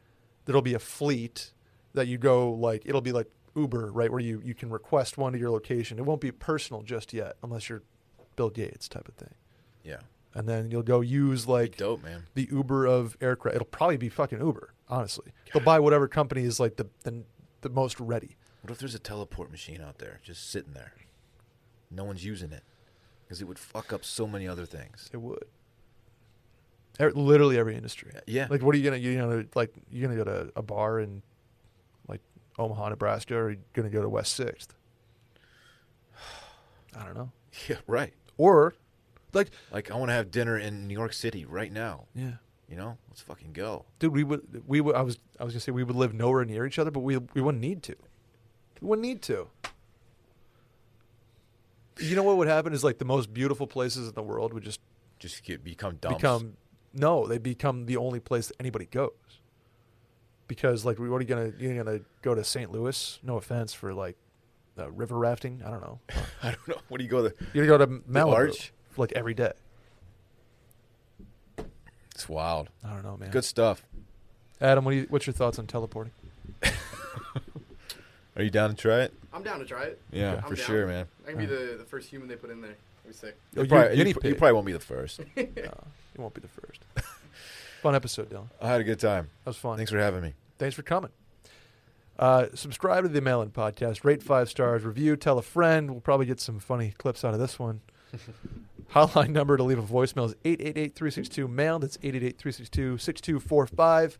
there'll be a fleet that you go like it'll be like Uber, right, where you you can request one to your location. It won't be personal just yet unless you're Bill Gates type of thing.
yeah.
And then you'll go use like
Dope, man.
the Uber of aircraft. It'll probably be fucking Uber, honestly. They'll buy whatever company is like the the, the most ready.
What if there's a teleport machine out there just sitting there? No one's using it because it would fuck up so many other things.
It would. Er- literally every industry.
Yeah.
Like, what are you gonna you know like you're gonna go to a bar in like Omaha, Nebraska, or you're gonna go to West Sixth? I don't know.
yeah, right.
Or like
Like I want to have dinner in New York City right now.
yeah,
You know, let's fucking go.
dude, we would we would I was I was gonna say we would live nowhere near each other, but we we wouldn't need to. We wouldn't need to. You know what would happen is like the most beautiful places in the world would just
Just get, become dumb.
become no, they become the only place that anybody goes. Because like, we what are you gonna you're gonna go to St. Louis? No offense for like uh, river rafting. I don't know.
I don't know. What do you go to?
You're gonna go to Malibu
Arch?
like every day.
It's wild.
I don't know, man.
Good stuff.
Adam, what do you, what's your thoughts on teleporting?
Are you down to try it?
I'm down to try it.
Yeah,
I'm
for
down.
sure, man.
I can be the, the first human they put in there. That'd be sick.
Oh,
You
you're
probably, you,
guinea
pr- you
pig.
probably won't be the first.
No, you won't be the first. fun episode, Dylan.
I had a good time.
That was fun.
Thanks for having me.
Thanks for coming. Uh, subscribe to the Mail In Podcast. Rate five stars. Review. Tell a friend. We'll probably get some funny clips out of this one. Hotline number to leave a voicemail is 888 362 MAIL. That's 888 362 6245.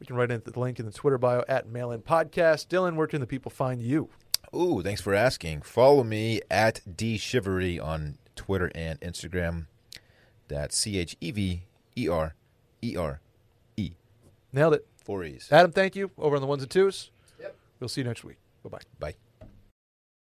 We can write in at the link in the Twitter bio at Mail In Podcast. Dylan, where can the people find you?
Ooh, thanks for asking. Follow me at D Shivery on Twitter and Instagram. That's C H E V E R E R E.
Nailed it.
Four E's.
Adam, thank you. Over on the ones and twos.
Yep.
We'll see you next week. Bye bye.
Bye.